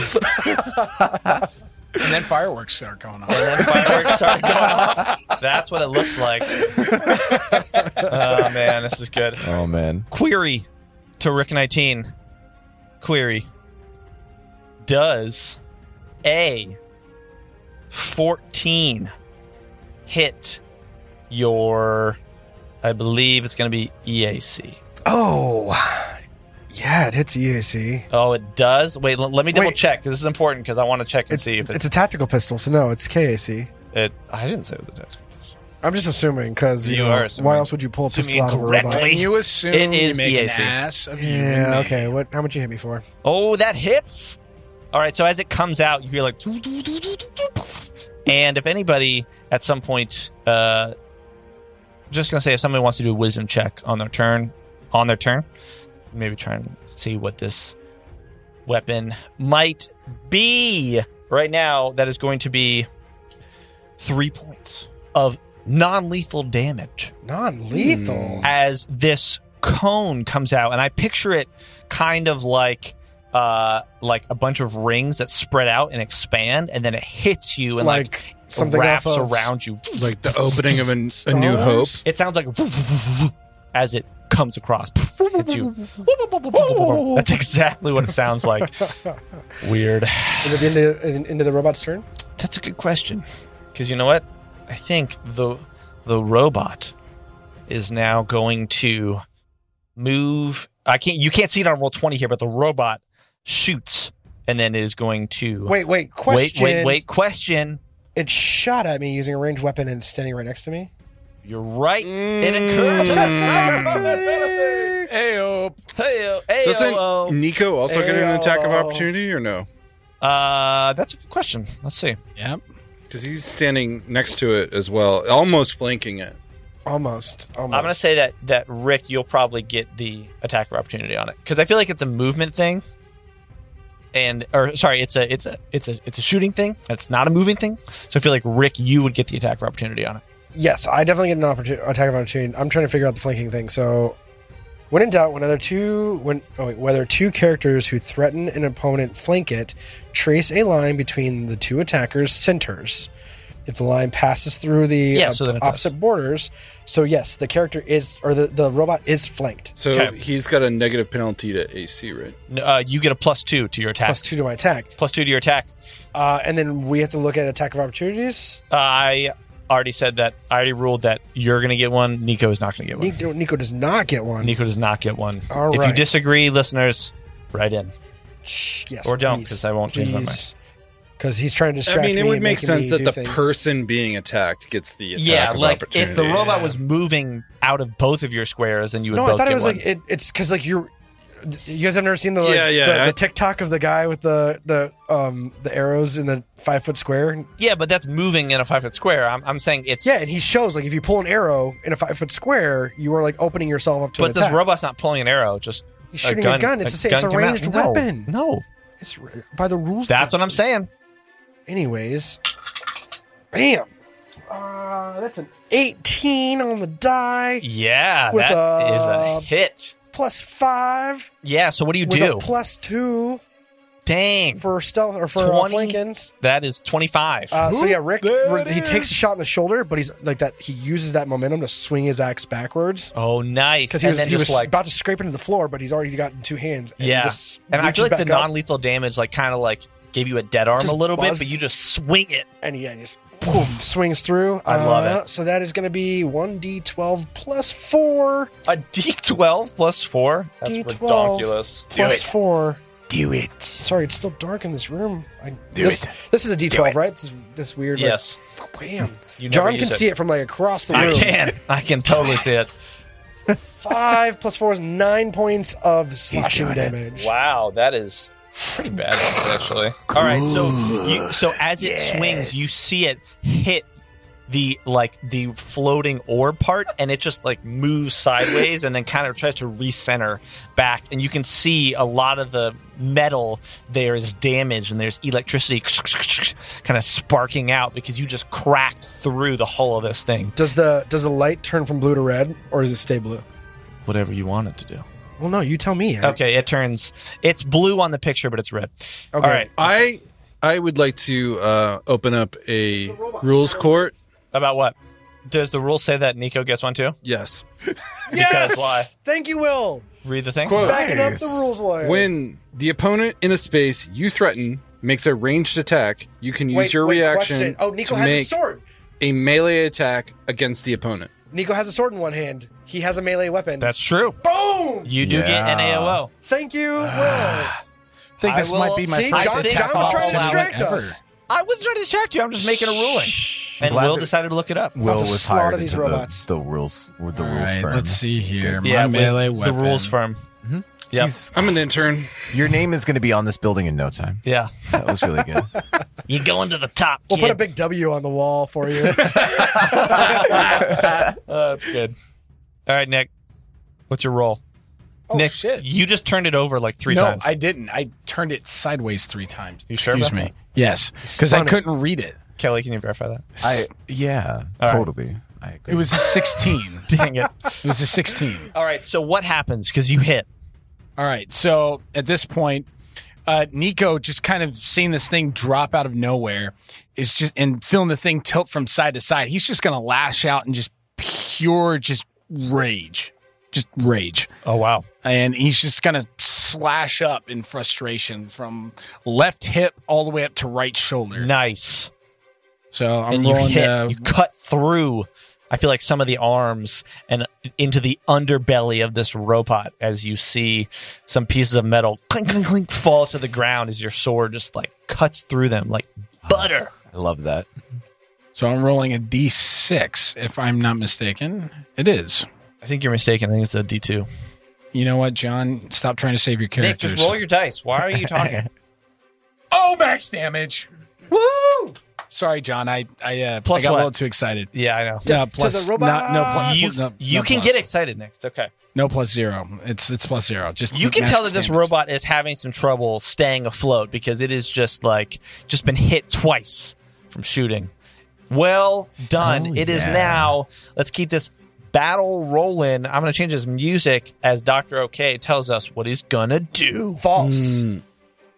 Speaker 8: And then fireworks start going on.
Speaker 2: and then fireworks started going off. That's what it looks like. oh man, this is good.
Speaker 6: Oh man.
Speaker 2: Query to Rick 19. Query. Does a 14 hit your I believe it's going to be E EAC.
Speaker 4: Oh, yeah, it hits EAC.
Speaker 2: Oh, it does. Wait, l- let me double
Speaker 4: Wait.
Speaker 2: check. 'cause This is important because I want to check and
Speaker 4: It's,
Speaker 2: see if
Speaker 4: it's
Speaker 2: it's.
Speaker 4: a tactical pistol, so no, it's KAC.
Speaker 2: it, I didn't say it was a tactical pistol.
Speaker 4: I'm just assuming because you,
Speaker 2: You
Speaker 4: know,
Speaker 2: are assuming.
Speaker 4: why else would you pull up the
Speaker 2: Assuming
Speaker 4: slot of a robot?
Speaker 2: correctly.
Speaker 8: When you assume
Speaker 2: It is
Speaker 8: you make
Speaker 2: EAC.
Speaker 8: an ass of you.
Speaker 4: Yeah. Okay. What? How much you hit me for?
Speaker 2: Oh, that hits. All right, so as it comes out, you hear like, and if anybody at some point, uh, just gonna say if somebody wants to do a wisdom check on their turn, on their turn, maybe try and see what this weapon might be. Right now, that is going to be three points of non-lethal damage
Speaker 4: Non-lethal.
Speaker 2: as this cone comes out and i picture it kind of like uh like a bunch of rings that spread out and expand and then it hits you and like,
Speaker 4: like, something
Speaker 2: wraps
Speaker 4: off of,
Speaker 2: around you
Speaker 5: Like the opening of an, a New Hope.
Speaker 2: it sounds like as it comes across hits you that's exactly what it sounds like weird
Speaker 4: Is it the end of, in- end of the robot's turn?
Speaker 2: that's a good question because you know what i think the the robot is now going to move i can't you can't see it on roll 20 here but the robot shoots and then is going to
Speaker 4: Wait, wait.
Speaker 2: wait
Speaker 4: Question.
Speaker 2: wait wait question
Speaker 4: It shot at me using a ranged weapon and it's standing right next to me.
Speaker 2: you're right it
Speaker 4: Mm.
Speaker 2: occurs Hmm.
Speaker 8: Ayo.
Speaker 2: Hey-oh,
Speaker 5: Doesn't
Speaker 2: hey-oh.
Speaker 5: Nico also get an attack of opportunity or no?
Speaker 2: uh that's a good question let's see
Speaker 8: Yep.
Speaker 5: Because he's standing next to it as well, almost flanking it.
Speaker 4: Almost. Almost.
Speaker 2: i'm gonna say that that rick you'll probably get the attacker opportunity on it because i feel like it's a movement thing and or sorry, it's a it's a it's a it's a shooting thing. It's not a moving thing. So I feel like Rick, you would get the attacker opportunity on it.
Speaker 4: Yes, I definitely get an opportunity, attack of opportunity. I'm trying to figure out the flanking thing. So, when in doubt, whenever two when oh wait, whether two characters who threaten an opponent flank it, trace a line between the two attackers' centers. If the line passes through the
Speaker 2: Yeah,
Speaker 4: uh,
Speaker 2: so then it does.
Speaker 4: opposite borders, so yes, the character is or the, the robot is flanked.
Speaker 5: So
Speaker 2: Okay.
Speaker 5: he's got a negative penalty to AC, right?
Speaker 2: N- Uh, you get a plus two to your attack.
Speaker 4: Plus two to my attack,
Speaker 2: plus two to your attack.
Speaker 4: uh, and then we have to look at attack of opportunities.
Speaker 2: I already said that. I already ruled that you're going to get one. Nico is not going to get one. Nico,
Speaker 4: Nico, Nico does not get one.
Speaker 2: does not get one.
Speaker 4: All
Speaker 2: if you
Speaker 4: right.
Speaker 2: disagree, listeners, write in
Speaker 4: Shh, yes,
Speaker 2: or don't
Speaker 4: please,
Speaker 2: because I won't change my mind.
Speaker 4: please. 'Cause he's trying to
Speaker 5: I
Speaker 4: distract
Speaker 5: mean, it
Speaker 4: me
Speaker 5: would
Speaker 4: and
Speaker 5: make
Speaker 4: making me
Speaker 5: sense that
Speaker 4: do
Speaker 5: the
Speaker 4: things.
Speaker 5: person being attacked gets the attack
Speaker 2: Yeah,
Speaker 5: of
Speaker 2: like
Speaker 5: opportunity.
Speaker 2: if the robot was moving out of both of your squares, then you would
Speaker 4: No,
Speaker 2: both
Speaker 4: I thought
Speaker 2: get
Speaker 4: it was
Speaker 2: one.
Speaker 4: like it, it's because like you, you guys have never seen the like,
Speaker 5: Yeah, yeah,
Speaker 4: the,
Speaker 5: I-
Speaker 4: the TikTok of the guy with the the um the arrows in the five foot square.
Speaker 2: yeah, but that's moving in a five foot square. I'm, I'm saying it's
Speaker 4: Yeah, and he shows like if you pull an arrow in a five foot square, you are like opening yourself up to an
Speaker 2: But this
Speaker 4: attack.
Speaker 2: robot's not pulling an arrow; just
Speaker 4: He's shooting a
Speaker 2: gun.
Speaker 4: gun. It's the same. It's a
Speaker 2: came out.
Speaker 4: ranged
Speaker 2: No,
Speaker 4: weapon.
Speaker 2: No,
Speaker 4: It's r- by the rules.
Speaker 2: that's what I'm saying.
Speaker 4: Anyways, bam. Uh, that's an eighteen on the die
Speaker 2: Yeah,
Speaker 4: With
Speaker 2: that is
Speaker 4: a-
Speaker 2: a hit.
Speaker 4: plus five
Speaker 2: Yeah. So what do you
Speaker 4: with
Speaker 2: do?
Speaker 4: a plus two
Speaker 2: Dang,
Speaker 4: for stealth or for uh,
Speaker 2: 20?
Speaker 4: flankins.
Speaker 2: that is twenty five.
Speaker 4: Uh, so yeah, Rick,
Speaker 5: There
Speaker 4: Rick- he
Speaker 5: it
Speaker 4: takes
Speaker 5: is.
Speaker 4: a shot in the shoulder, but he's like that. He uses that momentum to swing his axe backwards
Speaker 2: Oh, nice. And
Speaker 4: because he was,
Speaker 2: then
Speaker 4: he
Speaker 2: just
Speaker 4: was
Speaker 2: like,
Speaker 4: about to scrape into the floor, but he's already gotten two hands. And he
Speaker 2: yeah.
Speaker 4: just
Speaker 2: and I feel
Speaker 4: reaches
Speaker 2: like the
Speaker 4: back up,
Speaker 2: non lethal damage, like, kind of like gave you a dead arm
Speaker 4: Just
Speaker 2: a little
Speaker 4: buzzed.
Speaker 2: bit, but you just swing it.
Speaker 4: and yeah, he just boom, swings through. Uh,
Speaker 2: I love it.
Speaker 4: So that is going to be one d twelve plus four
Speaker 2: A D12 plus four. That's
Speaker 4: D12.
Speaker 2: ridiculous.
Speaker 4: plus four.
Speaker 6: Do it.
Speaker 4: Sorry, it's still dark in this room. I,
Speaker 6: Do
Speaker 4: this,
Speaker 6: it.
Speaker 4: This is a d twelve, right? This, this weird. like,
Speaker 2: Yes.
Speaker 4: bam.
Speaker 2: You never
Speaker 4: John
Speaker 2: use
Speaker 4: can see it from like across the
Speaker 2: I
Speaker 4: room.
Speaker 2: can. I can totally see it.
Speaker 4: Five plus four is nine points of slashing
Speaker 6: doing it.
Speaker 4: damage.
Speaker 2: Wow, that is pretty bad, actually. All right, so you, so as it swings, you see it hit the like the floating orb part, and it just like moves sideways, and then kind of tries to recenter back, and you can see a lot of the metal there is damaged, and there's electricity kind of sparking out because you just cracked through the hull of this thing.
Speaker 4: Does the does the light turn from blue to red, or does it stay blue?
Speaker 2: Whatever you want it to do.
Speaker 4: Well, no, you tell me. I-
Speaker 2: Okay, it turns. It's blue on the picture, but it's red. All right,
Speaker 5: I I would like to uh, open up a rules court.
Speaker 2: About what? Does the rule say that Nico gets one too?
Speaker 5: Yes.
Speaker 2: Because why?
Speaker 4: Thank you, Will.
Speaker 2: Read the thing.
Speaker 5: Quote.
Speaker 4: Backing up the rules lawyer.
Speaker 5: When the opponent in a space you threaten makes a ranged attack, you can use
Speaker 4: Wait,
Speaker 5: your
Speaker 4: wait,
Speaker 5: reaction
Speaker 4: question. Oh, Nico
Speaker 5: to
Speaker 4: has a
Speaker 5: make
Speaker 4: sword.
Speaker 5: a melee attack against the opponent.
Speaker 4: Nico has a sword in one hand. He has a melee weapon.
Speaker 2: That's true.
Speaker 4: boom.
Speaker 2: You do get an AOO.
Speaker 4: Thank you, Will.
Speaker 5: Ah,
Speaker 6: I think
Speaker 2: I
Speaker 6: this might
Speaker 2: will-
Speaker 6: be my
Speaker 2: see,
Speaker 6: first
Speaker 2: John- John
Speaker 6: attack
Speaker 2: was
Speaker 6: of
Speaker 2: trying to
Speaker 6: opportunity
Speaker 4: distract
Speaker 6: ever.
Speaker 4: us.
Speaker 2: I wasn't trying to distract you. I'm just making a ruling. and
Speaker 6: glad
Speaker 2: Will
Speaker 6: that-
Speaker 2: decided to look it up.
Speaker 6: Will
Speaker 4: I'll just
Speaker 6: was
Speaker 4: slaughter
Speaker 6: hired
Speaker 4: these
Speaker 6: into
Speaker 4: robots.
Speaker 6: the, the rules. The rules
Speaker 7: Alright,
Speaker 6: firm.
Speaker 7: Let's see here. My
Speaker 2: Yeah, with
Speaker 7: melee
Speaker 2: the
Speaker 7: weapon.
Speaker 2: rules firm. Yep.
Speaker 6: He's-
Speaker 5: I'm an intern.
Speaker 6: your name is going to be on this building in no time.
Speaker 2: Yeah,
Speaker 6: That was really good.
Speaker 2: you're going to the top.
Speaker 4: We'll
Speaker 2: kid.
Speaker 4: put a big W on the wall for you.
Speaker 2: Oh, that's good. All right, Nick. What's your roll?
Speaker 8: Oh
Speaker 2: Nick,
Speaker 8: shit!
Speaker 2: you just turned it over like three
Speaker 8: no,
Speaker 2: times.
Speaker 8: I didn't. I turned it sideways three times.
Speaker 2: You sure
Speaker 8: Excuse
Speaker 2: about
Speaker 8: me. Yes, because I
Speaker 4: Stunning.
Speaker 8: couldn't read it.
Speaker 2: Kelly, can you verify that?
Speaker 6: I yeah,
Speaker 2: All right.
Speaker 6: totally. I agree.
Speaker 8: It was a sixteen.
Speaker 2: Dang it.
Speaker 8: it was a sixteen.
Speaker 2: All right, so what happens? Because you hit.
Speaker 8: All right. So at this point, uh, Nico just kind of seeing this thing drop out of nowhere is just and feeling the thing tilt from side to side. He's just gonna lash out and just pure just rage, just rage,
Speaker 2: Oh, wow.
Speaker 8: and he's just gonna slash up in frustration from left hip all the way up to right shoulder.
Speaker 2: Nice.
Speaker 8: So I'm
Speaker 2: and you
Speaker 8: rolling.
Speaker 2: hit.
Speaker 8: uh,
Speaker 2: you cut through, I feel like, some of the arms and into the underbelly of this robot as you see some pieces of metal clink, clink, clink fall to the ground as your sword just like cuts through them like butter.
Speaker 6: I love that.
Speaker 8: so I'm rolling a d6, if I'm not mistaken. It is.
Speaker 2: I think you're mistaken. I think it's a D2.
Speaker 8: You know what, John? Stop trying to save your
Speaker 2: Nick,
Speaker 8: characters.
Speaker 2: just roll your dice. Why are you talking?
Speaker 8: Oh, max damage. Woo! Sorry, John. I I, uh,
Speaker 2: Plus
Speaker 8: I got
Speaker 2: what?
Speaker 8: a little too excited.
Speaker 2: yeah, I know.
Speaker 8: Uh,
Speaker 4: to
Speaker 8: plus
Speaker 4: the robot.
Speaker 8: no, no plus.
Speaker 2: You,
Speaker 8: no-
Speaker 2: you
Speaker 8: no
Speaker 2: can
Speaker 8: plus.
Speaker 2: get excited, Nick. It's okay.
Speaker 8: No plus zero. It's it's plus zero. Just
Speaker 2: You can
Speaker 8: max
Speaker 2: tell that this
Speaker 8: damage.
Speaker 2: robot is having some trouble staying afloat because it is just like just been hit twice from shooting. Well done.
Speaker 6: Oh,
Speaker 2: It is
Speaker 6: yeah.
Speaker 2: now. Let's keep this battle rolling. I'm going to change his music as Doctor OK tells us what he's going to do.
Speaker 4: False.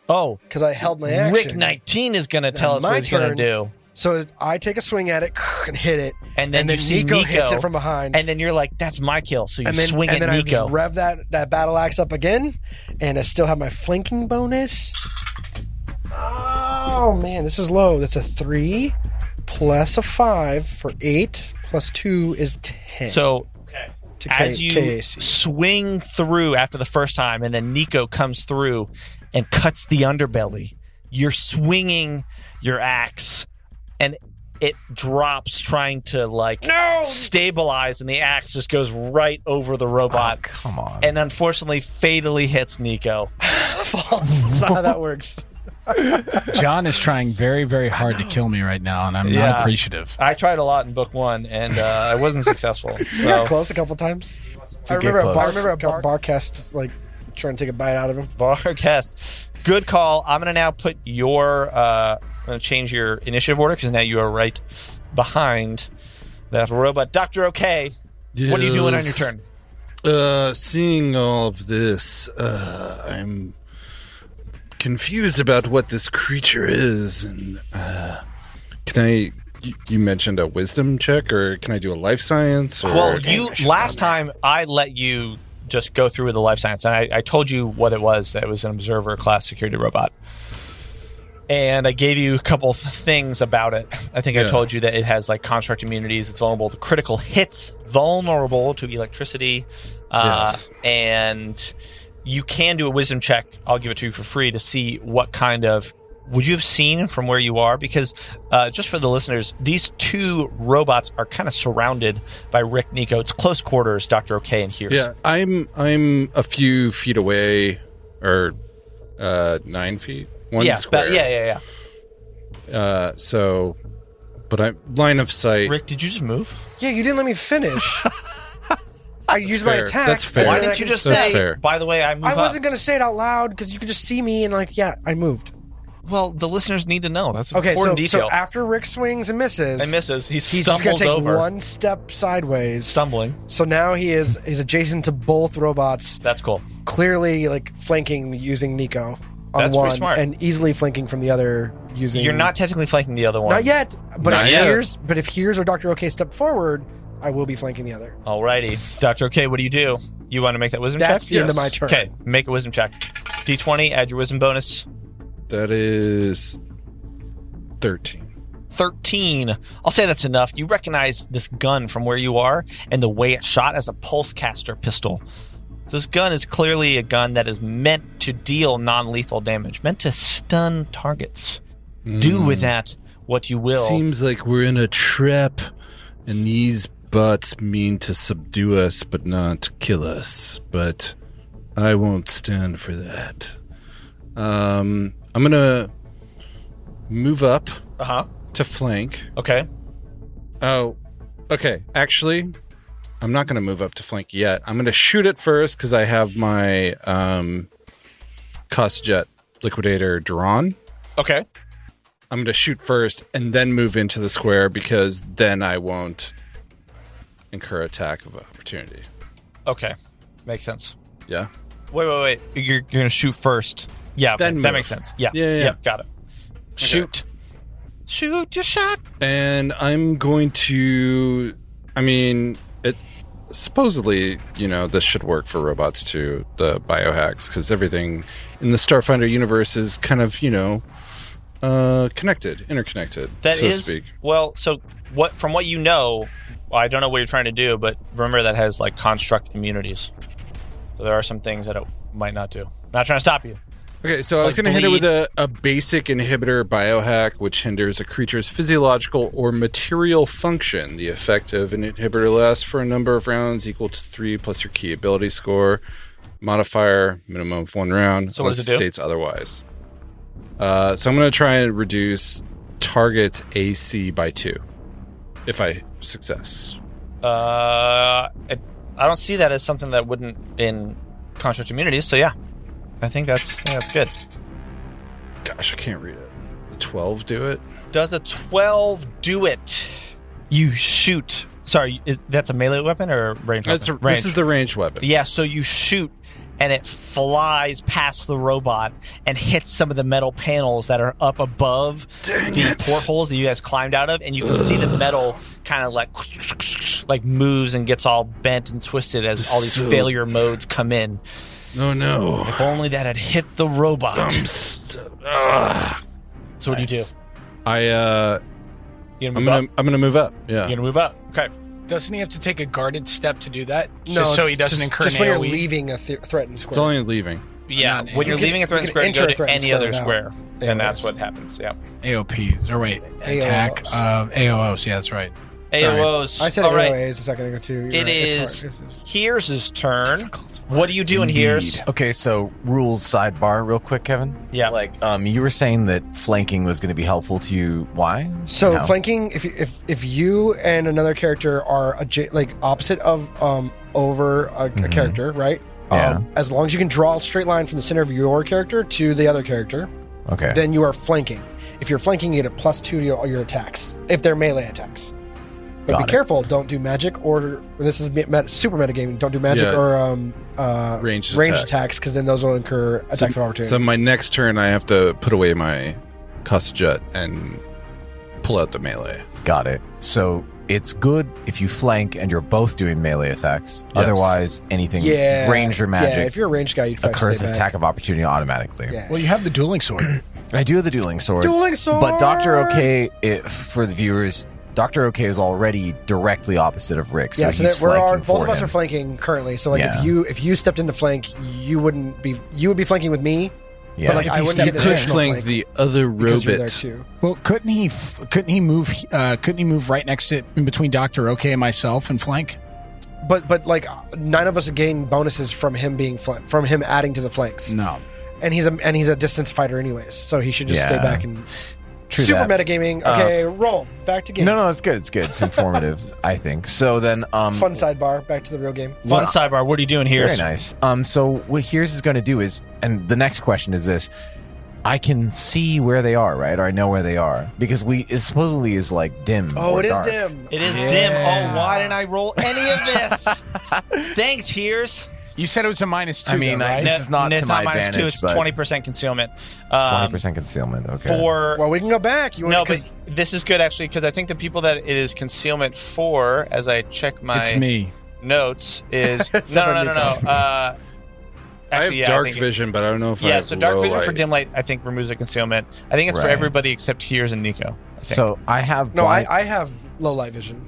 Speaker 2: Oh,
Speaker 4: Because Mm. I held my action.
Speaker 2: Rick 19 is going to tell us what
Speaker 4: my
Speaker 2: he's going to
Speaker 4: turn.
Speaker 2: do,
Speaker 4: So I take a swing at it and hit it.
Speaker 2: and then,
Speaker 4: and then
Speaker 2: you see
Speaker 4: Nico,
Speaker 2: Nico,
Speaker 4: hits it from behind.
Speaker 2: and then you're like, "That's my kill." So you
Speaker 4: and then,
Speaker 2: swing
Speaker 4: and
Speaker 2: at
Speaker 4: then I
Speaker 2: Nico.
Speaker 4: just rev that, that battle axe up again. And I still have my flanking bonus. Oh, man. This is low. That's a three plus a five for eight plus two is ten.
Speaker 2: so
Speaker 4: to K- E.
Speaker 2: as you
Speaker 4: KAC.
Speaker 2: swing through after the first time, and then Nico comes through and cuts the underbelly, you're swinging your axe, and it drops, trying to like stabilize, and the axe just goes right over the robot,
Speaker 6: Oh, Come on.
Speaker 2: and unfortunately, fatally hits Nico.
Speaker 4: false. That's not how that works.
Speaker 8: John is trying very very hard to kill me right now, and I'm
Speaker 2: Yeah.
Speaker 8: not appreciative.
Speaker 2: I tried a lot in book one, and uh, I wasn't successful.
Speaker 4: You
Speaker 2: So
Speaker 4: got close a couple times. I
Speaker 6: get
Speaker 4: remember, a bar, I
Speaker 6: close.
Speaker 4: remember a bar, barcast like trying to take a bite out of him.
Speaker 2: Barcast, good call. I'm gonna now put your. Uh, I'm gonna change your initiative order because now you are right behind that robot, Doctor OK. What are you doing on your
Speaker 5: Yes.
Speaker 2: turn?
Speaker 5: Uh, seeing all of this, uh, I'm confused about what this creature is. And uh, can I? You, you mentioned a wisdom check, or can I do a life science? Or,
Speaker 2: Well, you last time I let you just go through with the life science, and I, I told you what it was. That it was an observer class security robot, and I gave you a couple th- things about it. I think I
Speaker 5: Yeah.
Speaker 2: told you that it has like construct immunities. It's vulnerable to critical hits, vulnerable to electricity, uh,
Speaker 5: Yes.
Speaker 2: and you can do a wisdom check. I'll give it to you for free to see what kind of would you have seen from where you are? Because uh, just for the listeners, these two robots are kind of surrounded by Rick Nico. It's close quarters, Doctor OK, and here.
Speaker 5: yeah, I'm I'm a few feet away, or uh, nine feet, one
Speaker 2: yeah,
Speaker 5: square.
Speaker 2: but- yeah, yeah,
Speaker 5: Uh, so, but I'm line of
Speaker 2: yeah.
Speaker 5: sight.
Speaker 2: Rick, did you just move?
Speaker 4: Yeah, you didn't let me finish. I used my
Speaker 5: fair.
Speaker 4: attack.
Speaker 5: That's fair.
Speaker 4: and
Speaker 2: Why
Speaker 4: then I
Speaker 2: didn't you
Speaker 4: can
Speaker 2: just
Speaker 5: That's
Speaker 2: say?
Speaker 5: fair.
Speaker 2: By the way, I move
Speaker 4: I
Speaker 2: up"?
Speaker 4: wasn't gonna say it out loud because you could just see me and like, yeah, I moved.
Speaker 2: Well, the listeners need to know. That's an
Speaker 4: Okay, so,
Speaker 2: important detail.
Speaker 4: so after Rick swings and misses,
Speaker 2: and misses. He
Speaker 4: he's just gonna
Speaker 2: stumbles
Speaker 4: take
Speaker 2: over,
Speaker 4: one step sideways.
Speaker 2: stumbling.
Speaker 4: so now he is he's adjacent to both robots,
Speaker 2: That's cool.
Speaker 4: clearly like flanking using Nico on
Speaker 2: That's pretty
Speaker 4: one
Speaker 2: smart.
Speaker 4: and easily flanking from the other using.
Speaker 2: You're not technically flanking the other one.
Speaker 4: Not yet. But
Speaker 5: Not
Speaker 4: if
Speaker 5: yet.
Speaker 4: here's but if here's or Doctor OK step forward, I will be flanking the other.
Speaker 2: Alrighty, Doctor OK, what do you do? You want to make that wisdom
Speaker 4: That's the
Speaker 2: check?
Speaker 4: end of
Speaker 5: Yes.
Speaker 4: my turn.
Speaker 2: Okay, make a wisdom check. D20, add your wisdom bonus.
Speaker 5: That is thirteen.
Speaker 2: 13. I'll say that's enough. You recognize this gun from where you are and the way it's shot as a pulse caster pistol. So this gun is clearly a gun that is
Speaker 5: Mm.
Speaker 2: meant to deal non lethal damage, meant to stun targets. Do with that what you will.
Speaker 5: Seems like we're in a trap, and these bots mean to subdue us but not kill us. But I won't stand for that. Um, I'm gonna move up
Speaker 2: uh huh.
Speaker 5: to flank.
Speaker 2: Okay.
Speaker 5: Oh, okay. Actually, I'm not going to move up to flank yet. I'm going to shoot it first because I have my um, cost jet liquidator drawn.
Speaker 2: Okay.
Speaker 5: I'm going to shoot first and then move into the square because then I won't incur attack of opportunity.
Speaker 2: Okay. Makes sense.
Speaker 5: Yeah.
Speaker 2: Wait, wait, wait. You're, you're gonna shoot first. Yeah.
Speaker 5: Then
Speaker 2: okay. that
Speaker 5: move.
Speaker 2: makes sense. Yeah.
Speaker 5: Yeah, yeah, yeah.
Speaker 2: Got it. Shoot. Shoot your shot.
Speaker 5: And I'm going to. I mean, it supposedly, you know, this should work for robots too, the biohacks, because everything in the Starfinder universe is kind of, you know, uh, connected, interconnected,
Speaker 2: That is
Speaker 5: so to speak.
Speaker 2: well. So what? From what you know, I don't know what you're trying to do, but remember that has like construct immunities. So there are some things that it might not do. Not trying to stop you.
Speaker 5: Okay, so I was
Speaker 2: Like
Speaker 5: going to hit it with
Speaker 2: bleed.
Speaker 5: a, a basic inhibitor biohack, which hinders a creature's physiological or material function. The effect of an inhibitor lasts for a number of rounds equal to three plus your key ability score modifier, minimum of one round.
Speaker 2: So what does
Speaker 5: unless
Speaker 2: it do?
Speaker 5: States otherwise. Uh, so I'm going to try and reduce target's AC by two, if I success.
Speaker 2: Uh, I, I don't see that as something that wouldn't in construct immunities. So yeah, I think that's I think that's good.
Speaker 5: Gosh, I can't read it. The Twelve, do it.
Speaker 2: Does a 12 do it? You shoot. Sorry, is, that's a melee weapon or a range
Speaker 5: That's a,
Speaker 2: weapon? range.
Speaker 5: This is the range weapon.
Speaker 2: yeah, so you shoot and it flies past the robot and hits some of the metal panels that are up above the portholes that you guys climbed out of and you can see the metal kind of like like moves and gets all bent and twisted as all these
Speaker 5: So-
Speaker 2: failure modes come in.
Speaker 5: Oh no.
Speaker 2: If only that had hit the robot. so what do you do?
Speaker 5: I uh
Speaker 2: You gonna
Speaker 5: I'm
Speaker 2: move
Speaker 5: gonna
Speaker 2: up?
Speaker 5: I'm gonna move up. Yeah.
Speaker 2: You gonna move up? Okay.
Speaker 8: Doesn't he have to take a guarded step to do that? just so
Speaker 4: it's
Speaker 8: he doesn't
Speaker 4: just,
Speaker 8: incur
Speaker 4: Just
Speaker 8: an
Speaker 4: when you're
Speaker 8: AoE?
Speaker 4: leaving a th- threatened
Speaker 5: it's
Speaker 4: square.
Speaker 5: only leaving.
Speaker 2: Yeah,
Speaker 8: Not
Speaker 2: when
Speaker 8: in-
Speaker 2: you're
Speaker 4: You can-
Speaker 2: leaving a threatened
Speaker 4: you can
Speaker 2: square, you go
Speaker 4: enter a
Speaker 2: to
Speaker 4: threatened
Speaker 2: any other
Speaker 4: square
Speaker 2: square, and that's
Speaker 4: AOS.
Speaker 2: what happens. Yeah,
Speaker 7: AOPs. Or wait,
Speaker 4: E.
Speaker 7: attack.
Speaker 4: AOs.
Speaker 7: Uh, AOs. Yeah, that's right.
Speaker 2: AOs.
Speaker 4: I said
Speaker 2: all right.
Speaker 4: AOAs a E second ago too. You're
Speaker 2: It
Speaker 4: right. It's
Speaker 2: is
Speaker 4: hard. It's just-
Speaker 2: here's his turn. What do you do in here's?
Speaker 6: Okay, so rules sidebar, real quick, Kevin.
Speaker 2: Yeah.
Speaker 6: Like, um, you were saying that flanking was going to be helpful to you. Why?
Speaker 4: So
Speaker 6: No.
Speaker 4: flanking, if if if you and another character are adja- like opposite of um over a, a character, right?
Speaker 6: Mm-hmm. Yeah.
Speaker 4: Um, as long as you can draw a straight line from the center of your character to the other character,
Speaker 6: Okay.
Speaker 4: then you are flanking. If you're flanking, you get a plus two to your, your attacks if they're melee attacks. But
Speaker 6: Got
Speaker 4: be
Speaker 6: it.
Speaker 4: careful! Don't do magic or this is me- met, super metagaming. Don't do magic
Speaker 5: Yeah.
Speaker 4: or um uh,
Speaker 5: Ranged
Speaker 4: range
Speaker 5: attack.
Speaker 4: attacks because then those will incur attacks of opportunity.
Speaker 5: So my next turn I have to put away my cost jet and pull out the melee.
Speaker 6: Got it. So it's good if you flank and you're both doing melee attacks.
Speaker 5: Yes.
Speaker 6: Otherwise, anything
Speaker 4: yeah,
Speaker 6: range or
Speaker 4: Yeah,
Speaker 6: magic
Speaker 4: if you're a range guy, you'd probably
Speaker 6: occurs
Speaker 4: stay
Speaker 6: an
Speaker 4: back.
Speaker 6: attack of opportunity automatically.
Speaker 4: Yeah.
Speaker 7: Well, you have the dueling sword.
Speaker 6: I do have the dueling sword.
Speaker 4: Dueling sword.
Speaker 6: But Dr. OK, i for the viewers, Dr. OK is already directly opposite of Rick. So
Speaker 4: yeah, so
Speaker 6: he's
Speaker 4: that we're all,
Speaker 6: flanking
Speaker 4: both of
Speaker 6: for
Speaker 4: us are
Speaker 6: him.
Speaker 4: flanking currently. So like
Speaker 6: Yeah.
Speaker 4: if you if you stepped into flank, you wouldn't be you would be flanking with me,
Speaker 6: Yeah.
Speaker 4: but like
Speaker 7: If
Speaker 4: I
Speaker 7: you
Speaker 4: wouldn't
Speaker 7: step
Speaker 5: You
Speaker 4: get an
Speaker 7: in,
Speaker 5: could
Speaker 4: additional
Speaker 5: flank
Speaker 4: flank
Speaker 5: the other
Speaker 4: because you're there
Speaker 5: robot.
Speaker 4: too.
Speaker 7: well, couldn't he? f- Couldn't he move? Uh, couldn't he move right next to in between Doctor OK and myself and flank?
Speaker 4: But but like nine of us gain bonuses from him being flank, from him adding to the flanks,
Speaker 7: No.
Speaker 4: and he's a and he's a distance fighter anyways, so he should just stay
Speaker 6: Yeah.
Speaker 4: back and
Speaker 6: True
Speaker 4: super
Speaker 6: that. Uh,
Speaker 4: metagaming. Okay, roll back to game.
Speaker 6: No, no, it's good. It's good. It's informative, I think. So then, um,
Speaker 4: Fun sidebar. Back to the real game.
Speaker 2: Fun sidebar. What are you doing here?
Speaker 6: Very nice. Um, so what Here's is going to do is, and the next question is this: I can see where they are, right? Or I know where they are because we it supposedly is like dim.
Speaker 4: Oh,
Speaker 6: or
Speaker 4: it is
Speaker 6: dark.
Speaker 4: dim.
Speaker 2: It is dim. Oh, why didn't I roll any of this? Thanks, here's.
Speaker 7: You said it was a minus two.
Speaker 6: I mean,
Speaker 7: though,
Speaker 6: I-
Speaker 7: right?
Speaker 6: this is not
Speaker 2: it's
Speaker 6: to my
Speaker 2: minus two.
Speaker 6: advantage,
Speaker 2: It's
Speaker 6: but-
Speaker 2: twenty percent concealment.
Speaker 6: Twenty
Speaker 2: Um,
Speaker 6: percent concealment. Okay.
Speaker 2: for
Speaker 4: Well, we can go back. You want
Speaker 2: no,
Speaker 4: to
Speaker 2: but this is good actually because I think the people that it is concealment for, as I check my
Speaker 7: it's me.
Speaker 2: notes, is no, no, no, no, no. Uh,
Speaker 5: I have
Speaker 2: actually, yeah,
Speaker 5: dark
Speaker 2: think it-
Speaker 5: vision, but I don't know if I
Speaker 2: Yeah,
Speaker 5: have
Speaker 2: so dark
Speaker 5: low
Speaker 2: vision for
Speaker 5: light.
Speaker 2: dim light, I think removes the concealment. I think it's for
Speaker 6: Right.
Speaker 2: everybody except Hears and Nico. I think.
Speaker 6: so I have
Speaker 4: No,
Speaker 6: blind-
Speaker 4: I, I have low light vision.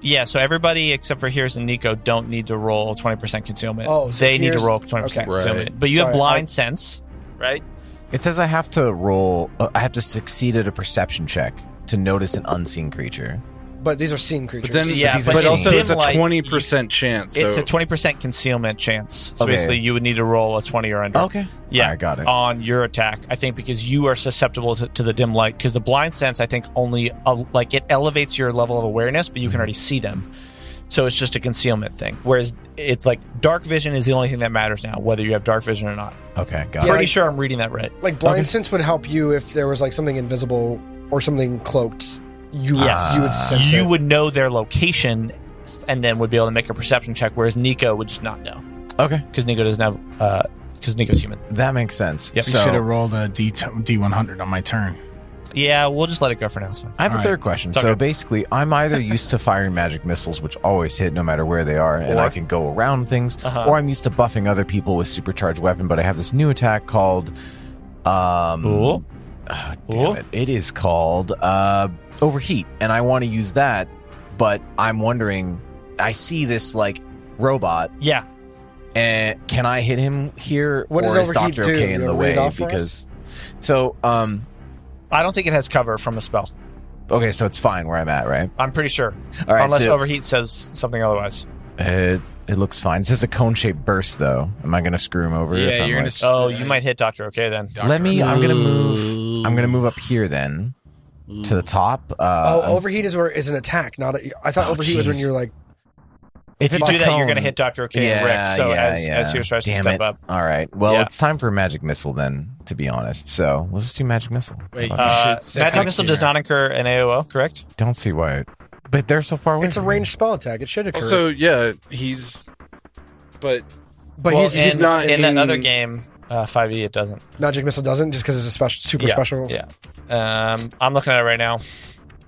Speaker 2: yeah, so everybody except for Hears and Nico don't need to roll twenty percent concealment.
Speaker 4: Oh, so
Speaker 2: they need to
Speaker 4: Hears-
Speaker 2: roll twenty percent
Speaker 4: okay.
Speaker 2: concealment.
Speaker 5: Right.
Speaker 2: But you have
Speaker 4: Sorry,
Speaker 2: blind
Speaker 4: I-
Speaker 2: sense, right?
Speaker 6: it says I have to roll. Uh, I have to succeed at a perception check to notice an unseen creature.
Speaker 4: But these are seen creatures.
Speaker 5: But then,
Speaker 2: Yeah,
Speaker 6: these
Speaker 2: but,
Speaker 6: are
Speaker 5: but
Speaker 6: seen.
Speaker 5: also
Speaker 2: dim
Speaker 5: it's a
Speaker 2: light,
Speaker 5: twenty percent chance.
Speaker 2: It's
Speaker 5: so-
Speaker 2: a twenty percent concealment chance. So
Speaker 6: Okay.
Speaker 2: basically, you would need to roll a twenty or under. Yeah,
Speaker 6: I got it.
Speaker 2: On your attack, I think because you are susceptible to, to the dim light, because the blind sense, I think, only uh, like it elevates your level of awareness, but you
Speaker 6: Mm-hmm.
Speaker 2: can already see them. So it's just a concealment thing. Whereas it's like dark vision is the only thing that matters now, whether you have dark vision or not.
Speaker 6: Okay, got
Speaker 2: Pretty
Speaker 6: it.
Speaker 2: sure I'm reading that right.
Speaker 4: like blind sense would help you if there was like something invisible or something cloaked. You
Speaker 2: Yes. Uh,
Speaker 4: you would sense
Speaker 2: you
Speaker 4: it.
Speaker 2: would know their location, and then would be able to make a perception check. Whereas Nico would just not know
Speaker 6: Okay,
Speaker 2: because Nico doesn't have because Nico's human.
Speaker 6: that makes sense.
Speaker 2: Yep.
Speaker 7: I
Speaker 6: So
Speaker 7: should have rolled a D D one hundred on my turn.
Speaker 2: Yeah, we'll just let it go for now. It's fine.
Speaker 6: I have a
Speaker 7: All
Speaker 6: third question. So
Speaker 2: Okay.
Speaker 6: basically, I'm either used to firing magic missiles, which always hit no matter where they are, and
Speaker 2: Or-
Speaker 6: I can go around things,
Speaker 2: Uh-huh.
Speaker 6: or I'm used to buffing other people with supercharged weapon. But I have this new attack called, um,
Speaker 2: Ooh.
Speaker 6: oh,
Speaker 2: Ooh.
Speaker 6: damn it, it is called uh, overheat, and I want to use that, but I'm wondering, I see this like robot,
Speaker 2: Yeah,
Speaker 6: and can I hit him here?
Speaker 4: What does
Speaker 6: or is
Speaker 4: overheat
Speaker 6: Doctor
Speaker 4: do?
Speaker 6: okay
Speaker 4: You
Speaker 6: in the
Speaker 4: wanna read it
Speaker 6: way?
Speaker 4: off for
Speaker 6: Because so, um,
Speaker 2: I don't think it has cover from a spell.
Speaker 6: okay, so it's fine where I'm at, right?
Speaker 2: I'm pretty sure,
Speaker 6: All right,
Speaker 2: unless
Speaker 6: so-
Speaker 2: overheat says something otherwise.
Speaker 6: It it looks fine. It says a cone shaped burst though. Am I gonna screw him over?
Speaker 8: Yeah,
Speaker 6: if I'm
Speaker 8: you're gonna
Speaker 6: like-
Speaker 8: s-
Speaker 2: Oh, you might hit Doctor. Okay, then.
Speaker 6: Let me. I'm gonna move. I'm gonna move up here then, to the top. Uh,
Speaker 4: Oh, overheat is where is an attack, not a, I thought
Speaker 6: Oh,
Speaker 4: overheat was when
Speaker 6: jeez.
Speaker 4: you were like
Speaker 6: if
Speaker 2: If you
Speaker 6: it's a
Speaker 2: do that, you're going to
Speaker 6: cone-
Speaker 2: hit Doctor Okay and Rick. So as as he tries to
Speaker 6: Damn
Speaker 2: step
Speaker 6: it.
Speaker 2: up,
Speaker 6: All right. Well,
Speaker 2: Yeah.
Speaker 6: it's time for a magic missile then. To be honest, so let's just do magic missile.
Speaker 8: Wait,
Speaker 6: I
Speaker 2: uh,
Speaker 8: should step
Speaker 2: magic
Speaker 8: up
Speaker 2: missile
Speaker 8: here.
Speaker 2: does not incur an AOO, correct?
Speaker 6: don't see why. It, but they're so far away.
Speaker 4: it's a
Speaker 6: from me.
Speaker 4: ranged spell attack. It should occur.
Speaker 5: Also, yeah, he's. But
Speaker 4: but
Speaker 2: Well,
Speaker 4: he's,
Speaker 2: in,
Speaker 4: he's not
Speaker 2: in,
Speaker 5: in-
Speaker 2: that other game. Uh, 5e, it doesn't.
Speaker 4: magic missile doesn't just because it's a special super
Speaker 2: yeah,
Speaker 4: special.
Speaker 2: Yeah. Um, I'm looking at it right now.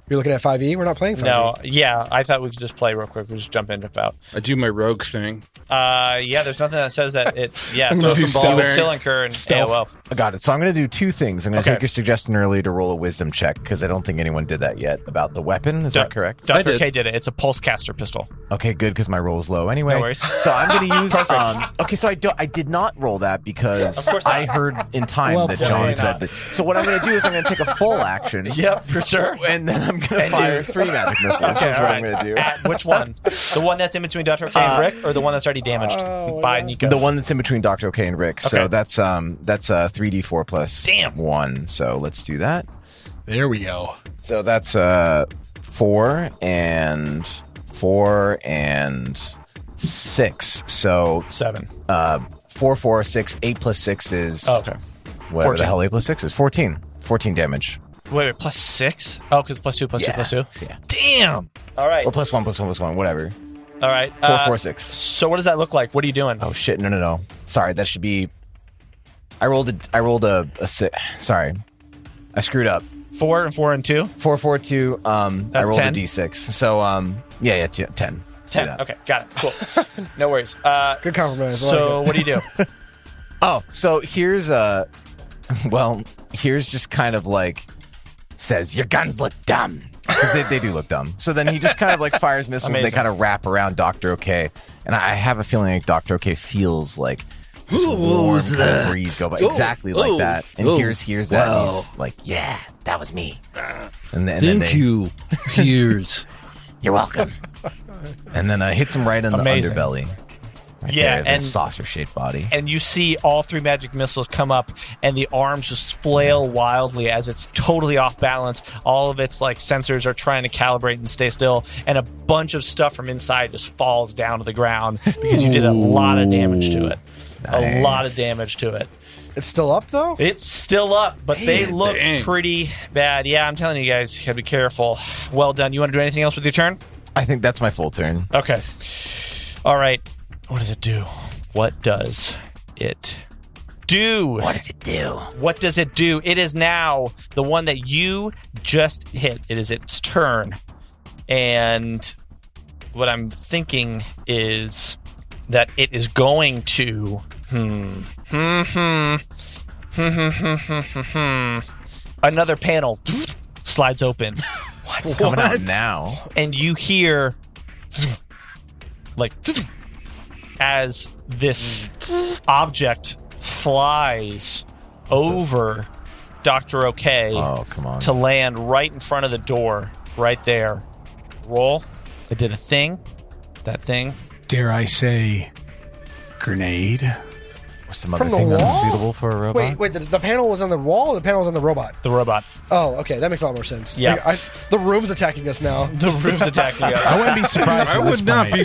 Speaker 4: You're looking at 5e. We're not playing E. 5e.
Speaker 2: No, yeah, I thought we could just play real quick. We just jump in about.
Speaker 5: I do my rogue thing.
Speaker 2: Uh, yeah, there's nothing that says that it's yeah. so
Speaker 5: gonna
Speaker 2: it's
Speaker 5: do
Speaker 2: still,
Speaker 5: stealth.
Speaker 2: still incur an
Speaker 6: Stealth.
Speaker 2: AOL.
Speaker 6: I got it. So I'm going to do two things. I'm going to
Speaker 2: Okay.
Speaker 6: take your suggestion earlier to roll a wisdom check because I don't think anyone did that yet about the weapon. Is
Speaker 2: Duh.
Speaker 6: that correct?
Speaker 2: Doctor
Speaker 5: did.
Speaker 2: K did it. It's a pulse caster pistol.
Speaker 6: Okay, good because my roll is low anyway.
Speaker 2: No worries.
Speaker 6: So I'm going to use. um, okay, so I don't. I did not roll that because
Speaker 2: course not.
Speaker 6: I heard in time
Speaker 7: Well
Speaker 6: that
Speaker 7: played.
Speaker 6: John
Speaker 2: Why
Speaker 6: said
Speaker 2: not?
Speaker 6: that. So what I'm going to do is I'm going to take a full action.
Speaker 2: Yep, for sure.
Speaker 6: And then I'm going to
Speaker 2: do-
Speaker 6: fire three magic missiles.
Speaker 2: Okay,
Speaker 6: is
Speaker 2: all
Speaker 6: what
Speaker 2: right.
Speaker 6: I'm going to do.
Speaker 2: At which one? The one that's in between Dr. K and Rick, or the one that's already damaged by Nico?
Speaker 6: Oh, The one that's in between Doctor Okay and Rick. So
Speaker 2: Okay.
Speaker 6: that's um that's uh three D four plus
Speaker 2: Damn.
Speaker 6: one. So let's do that.
Speaker 7: There we go.
Speaker 6: So that's uh four and four and six. So
Speaker 2: Seven.
Speaker 6: uh four four six eight plus six is
Speaker 2: Oh, okay.
Speaker 6: whatever
Speaker 2: 14.
Speaker 6: the hell eight plus six is fourteen. Fourteen damage.
Speaker 2: Wait, wait, plus six? Oh, because plus two, plus two,
Speaker 6: Yeah.
Speaker 2: plus two.
Speaker 6: Yeah.
Speaker 2: Damn. All right.
Speaker 6: Or plus one plus one plus one, whatever.
Speaker 2: All right.
Speaker 6: Four
Speaker 2: uh,
Speaker 6: four six.
Speaker 2: So what does that look like? What are you doing?
Speaker 6: Oh shit, no no no. Sorry, that should be I rolled a I rolled a, a six sorry. I screwed up.
Speaker 2: Four and four and two?
Speaker 6: Four four two. Um,
Speaker 2: That's
Speaker 6: I rolled
Speaker 2: 10.
Speaker 6: a d six. So um, yeah, yeah, t- ten. Let's do
Speaker 2: Ten.
Speaker 6: that.
Speaker 2: Okay, got it. Cool. no worries. Uh,
Speaker 4: Good compromise. I like
Speaker 2: so what do you do?
Speaker 6: Oh, so here's uh well, here's just kind of like says your guns look dumb because they, they do look dumb. So then he just kind of like fires missiles. and They
Speaker 2: Amazing.
Speaker 6: kind of wrap around Doctor Okay, and I have a feeling like Doctor Okay feels like. This warm
Speaker 5: was
Speaker 6: kind of
Speaker 5: that?
Speaker 6: breeze go by
Speaker 5: Oh,
Speaker 6: exactly
Speaker 5: oh,
Speaker 6: like that, and
Speaker 5: oh,
Speaker 6: here's here's that. and
Speaker 5: wow.
Speaker 6: he's like, "Yeah, that was me." And then, and then
Speaker 5: Thank
Speaker 6: they,
Speaker 5: you, Piers.
Speaker 6: You're welcome. and then uh, hits him right in the
Speaker 2: Amazing.
Speaker 6: underbelly. Right
Speaker 2: Yeah,
Speaker 6: there,
Speaker 2: and-
Speaker 6: the saucer shaped body.
Speaker 2: and you see all three magic missiles come up and the arms just flail wildly as it's totally off balance all of its like sensors are trying to calibrate and stay still and a bunch of stuff from inside just falls down to the ground because you did a lot of damage to it a lot of
Speaker 6: Nice.
Speaker 2: damage to it
Speaker 4: it. It's still up though.
Speaker 2: it's still up but they look
Speaker 5: dang.
Speaker 2: pretty bad yeah i'm telling you guys you gotta be careful well done you want to do anything else with your turn
Speaker 6: I think that's my full turn.
Speaker 2: Okay. All right. What does it do? What does it do? What does it do? What does it do? It is now the one that you just hit. It is its turn. And what I'm thinking is that it is going to. Hmm. Hmm. Hmm. Hmm. Hmm. Hmm. hmm, hmm, hmm. Another panel slides open.
Speaker 6: It's coming out now.
Speaker 2: and you hear like as this object flies over Dr. Okay
Speaker 6: Oh, come on.
Speaker 2: to land right in front of the door, right there. Roll. I did a thing. That thing.
Speaker 7: Dare I say, grenade?
Speaker 6: Or some
Speaker 4: From
Speaker 6: other
Speaker 4: the
Speaker 6: thing that's
Speaker 4: wall?
Speaker 6: suitable for a robot?
Speaker 2: Uh-huh.
Speaker 4: Wait, wait. The, the panel was on the wall. Or the panel was on the robot.
Speaker 2: The robot.
Speaker 4: Oh, okay. That makes a lot more sense.
Speaker 2: Yeah.
Speaker 4: Like, I, the room's attacking us now.
Speaker 2: The roof's attacking us.
Speaker 7: I wouldn't be surprised.
Speaker 5: I
Speaker 7: at this
Speaker 5: would not
Speaker 7: point.
Speaker 5: be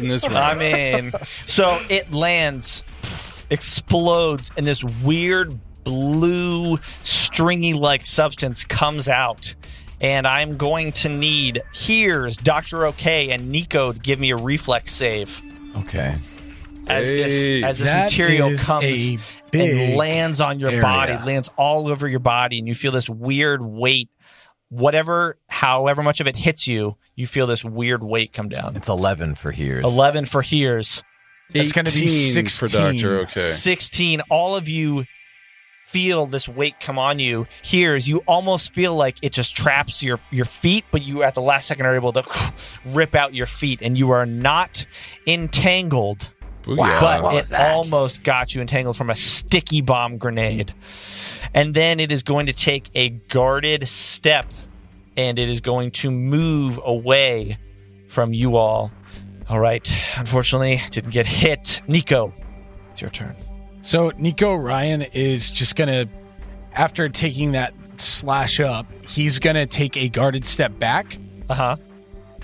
Speaker 5: in this round.
Speaker 2: I mean, so it lands, pff, explodes, and this weird blue stringy like substance comes out. And I'm going to need here's Doctor Okay and Nico to give me a reflex save
Speaker 6: Okay.
Speaker 2: as
Speaker 5: Hey,
Speaker 2: this as this
Speaker 7: that
Speaker 2: material
Speaker 7: is
Speaker 2: comes
Speaker 7: a
Speaker 2: and
Speaker 7: big
Speaker 2: lands on your
Speaker 7: area.
Speaker 2: body, lands all over your body, and you feel this weird weight. Whatever, however much of it hits you, you feel this weird weight come down.
Speaker 6: It's 11 for here's.
Speaker 2: Eleven for here's.
Speaker 7: It's going to be
Speaker 5: 18
Speaker 7: six
Speaker 5: for Doctor. Okay.
Speaker 2: 16 all of you feel this weight come on you here is you almost feel like it just traps your your feet but you at the last second are able to rip out your feet and you are not entangled
Speaker 5: Booyah.
Speaker 2: but it almost got you entangled from a sticky bomb grenade and then it is going to take a guarded step and it is going to move away from you all all right unfortunately didn't get hit nico it's your turn
Speaker 7: So Nico Ryan is just gonna, after taking that slash up, he's gonna take a guarded step back
Speaker 2: Uh huh.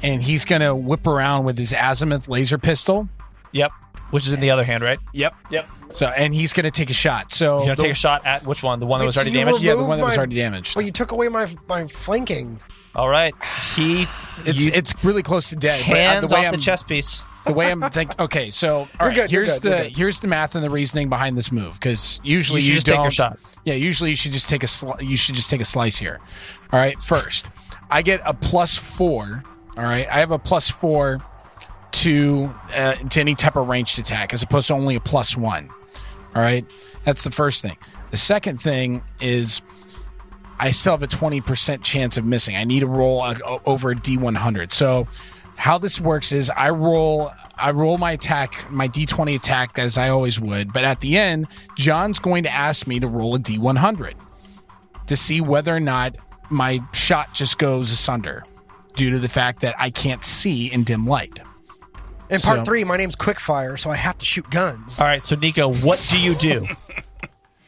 Speaker 7: and he's gonna whip around with his azimuth laser pistol.
Speaker 2: Yep. Which is in the other hand, right?
Speaker 7: Yep.
Speaker 2: Yep.
Speaker 7: So and he's gonna take a shot. So
Speaker 2: He's gonna
Speaker 7: Oh, the-
Speaker 2: take a shot at which one? The one that
Speaker 4: Wait,
Speaker 2: was
Speaker 4: so
Speaker 2: already
Speaker 4: you
Speaker 2: damaged.
Speaker 4: were-
Speaker 7: yeah, the one that was
Speaker 4: Move my-
Speaker 7: already damaged.
Speaker 4: Well, you took away my my flanking.
Speaker 2: All right. He
Speaker 7: it's
Speaker 2: you-
Speaker 7: it's really close to dead. but, uh,
Speaker 2: hands
Speaker 7: the way
Speaker 2: off
Speaker 7: I'm,
Speaker 2: the chess piece.
Speaker 7: The way I'm think. Okay, so all
Speaker 4: You're
Speaker 7: right,
Speaker 4: good, you're
Speaker 7: here's
Speaker 4: good, you're
Speaker 7: the
Speaker 4: good.
Speaker 7: here's the math and the reasoning behind this move because usually
Speaker 2: You
Speaker 7: you,
Speaker 2: should just take your shot.
Speaker 7: don't- Yeah, usually you should just take a sli- you should just take a slice here. All right, first I get a plus four. All right, I have a plus four to uh, to any type of ranged attack as opposed to only a plus one. All right, that's the first thing. The second thing is I still have a 20% chance of missing. I need to roll a, o- over a D100. So how this works is I roll I roll my attack, my D20 attack as I always would, but at the end, John's going to ask me to roll a D100 to see whether or not my shot just goes asunder due to the fact that I can't see in dim light.
Speaker 4: In part
Speaker 7: So-
Speaker 4: three, my name's Quickfire, so I have to shoot guns.
Speaker 2: All right. So Nico, what do you do?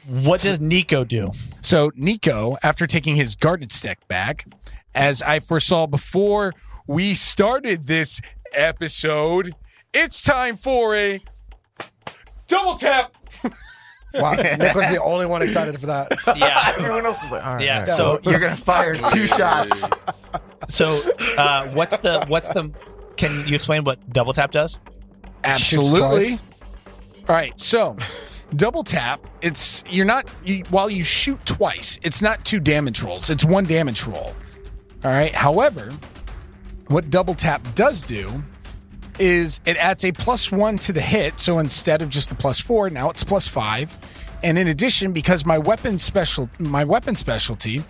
Speaker 2: what does Nico do?
Speaker 7: So Nico, after taking his guarded step back, as I foresaw before we started this episode, it's time for a double tap.
Speaker 4: Wow, Nick was the only one excited for that.
Speaker 2: Yeah.
Speaker 6: Everyone else is like, all right.
Speaker 2: Yeah. So
Speaker 6: You're going to fire two shots.
Speaker 2: so uh, what's the what's the can you explain what double tap does?
Speaker 7: Absolutely.
Speaker 4: twice.
Speaker 7: All right, so double tap. It's you're not you, while you shoot twice. It's not two damage rolls. It's one damage roll. All right. However, what double tap does do is it adds a plus one to the hit. So instead of just the plus four, now it's plus five. And in addition, because my weapon special my weapon specialty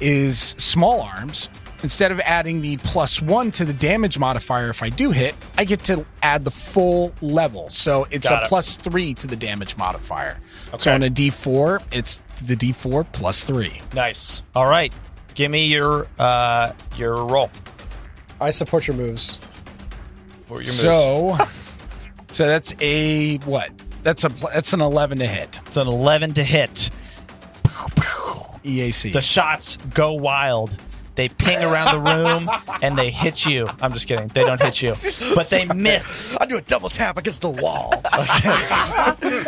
Speaker 7: is small arms, instead of adding the plus one to the damage modifier if I do hit, I get to add the full level. So it's
Speaker 2: Got
Speaker 7: a
Speaker 2: it.
Speaker 7: plus three to the damage modifier. So on a D four, it's the D four plus three.
Speaker 2: Nice. All right. Give me your uh your roll.
Speaker 4: I support your moves.
Speaker 5: Support your moves.
Speaker 7: So So that's a what? That's a pl- that's an eleven to hit.
Speaker 2: It's an eleven to hit.
Speaker 7: EAC.
Speaker 2: The shots go wild. They ping around the room and they hit you. I'm just kidding. They don't hit you, but they miss,
Speaker 4: I do a double tap against the wall.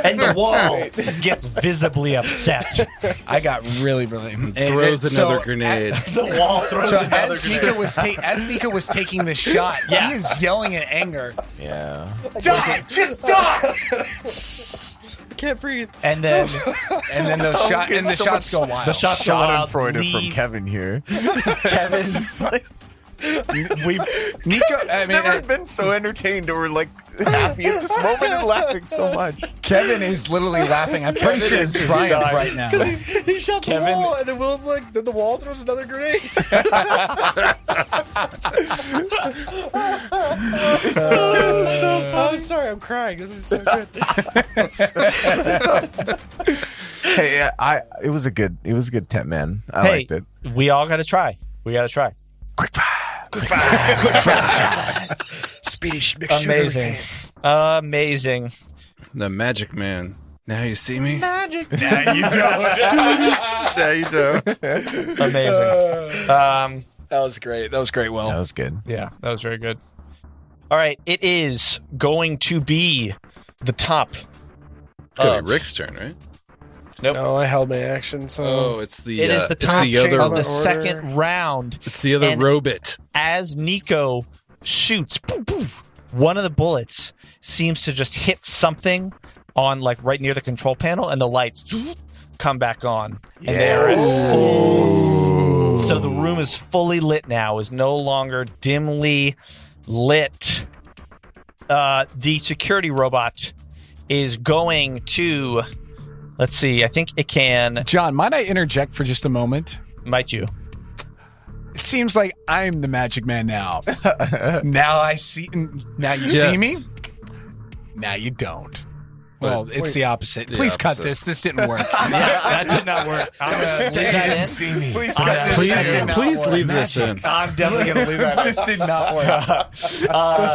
Speaker 2: and the wall gets visibly upset.
Speaker 7: I got really, really
Speaker 5: throws
Speaker 7: and it-
Speaker 5: another
Speaker 7: so-
Speaker 5: grenade.
Speaker 2: The wall throws
Speaker 7: So as Nika was ta- as Nika was taking the shot,
Speaker 2: Yeah.
Speaker 7: he is yelling in anger.
Speaker 6: Yeah.
Speaker 7: Die, just die!
Speaker 4: I can't breathe.
Speaker 2: and then
Speaker 7: And then those
Speaker 2: Oh,
Speaker 7: shot and the shots go wild.
Speaker 2: the shots go wild.
Speaker 6: Schadenfreude from
Speaker 2: leave
Speaker 6: Kevin here.
Speaker 2: Kevin's
Speaker 7: we Nika. I mean, uh,
Speaker 6: been so entertained or like happy at this moment and laughing so much.
Speaker 7: Kevin is literally laughing. I'm pretty sure it's Triumph right now.
Speaker 4: He shot the
Speaker 2: Kevin-
Speaker 4: wall, and then Will's like, then the wall throws another grenade. I'm sorry, I'm crying. This is so good.
Speaker 6: hey, yeah, I it was a good it was a good tent man. I
Speaker 2: Hey.
Speaker 6: liked it.
Speaker 2: We all got to try. We got to try.
Speaker 6: Quick fire.
Speaker 4: Speedy mixture.
Speaker 2: Amazing. Amazing.
Speaker 5: The magic man. Now you see me?
Speaker 8: Nah, you don't.
Speaker 5: now you don't.
Speaker 2: Amazing. Um,
Speaker 8: that was great. That was great, Will.
Speaker 6: That was good.
Speaker 2: yeah, that was very good. All right. It is going to be the top.
Speaker 5: It's gotta
Speaker 2: of-
Speaker 5: be Rick's turn, right?
Speaker 4: No, Oh, I held my action, so
Speaker 5: Oh, it's the
Speaker 2: It
Speaker 5: uh,
Speaker 2: is the top
Speaker 5: it's the other
Speaker 2: of the
Speaker 4: order.
Speaker 2: second round.
Speaker 5: it's the other
Speaker 2: and-
Speaker 5: robot.
Speaker 2: as Nico shoots, poof, poof, one of the bullets seems to just hit something on like right near the control panel, and the lights come back on, and they are at full. So the room is fully lit now; is no longer dimly lit. Uh, the security robot is going to. Let's see. I think it can.
Speaker 7: John, might I interject for just a moment?
Speaker 2: Might you?
Speaker 7: It seems like I'm the magic man now. now I see. Now you see
Speaker 5: Yes.
Speaker 7: me. Now you don't. Well, it's the opposite. Please cut
Speaker 5: opposite.
Speaker 7: this. This didn't work.
Speaker 2: Yeah, that did not work. I'm gonna stick that in.
Speaker 6: Please
Speaker 2: cut this
Speaker 5: Please,
Speaker 2: That did not
Speaker 5: please leave this in.
Speaker 2: I'm definitely gonna leave that.
Speaker 7: this did not work.
Speaker 2: Uh,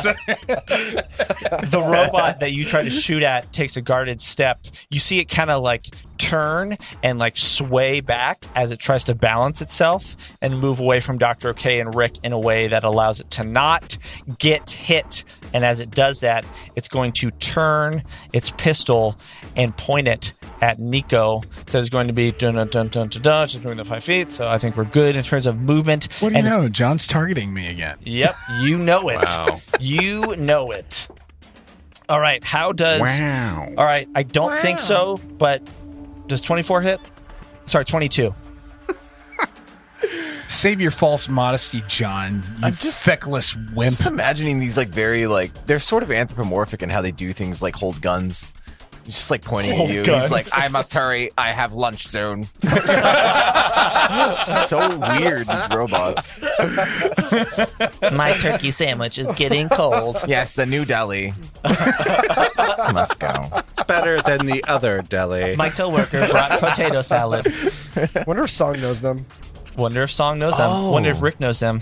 Speaker 2: the robot that you try to shoot at takes a guarded step. You see it kind of like turn and like sway back as it tries to balance itself and move away from Dr. OK and Rick in a way that allows it to not get hit. And as it does that, it's going to turn its pistol and point it at Nico. So it's going to be dun dun dun dun dun dun. She's moving the five feet. So I think we're good in terms of movement.
Speaker 7: What do you
Speaker 2: and it's
Speaker 7: know? John's targeting me again.
Speaker 2: Yep, you know it.
Speaker 5: Wow.
Speaker 2: You know it. All right, how does
Speaker 5: Wow.
Speaker 2: All right, I don't think so, but does 24 hit? Sorry, 22.
Speaker 7: Save your false modesty, John. You
Speaker 6: I'm just-
Speaker 7: feckless wimp.
Speaker 6: Just imagining these like very like they're sort of anthropomorphic in how they do things like hold guns. He's Just like pointing
Speaker 2: Hold
Speaker 6: at you.
Speaker 2: guns.
Speaker 6: He's like, I must hurry. I have lunch soon. so weird, these robots.
Speaker 2: My turkey sandwich is getting cold.
Speaker 6: Yes, the new deli. must go.
Speaker 5: Better than the other deli.
Speaker 2: My coworker brought potato salad. Oh.
Speaker 4: I wonder if Song knows them.
Speaker 2: Wonder if Song knows them. Wonder
Speaker 5: Oh.
Speaker 2: if Rick knows them.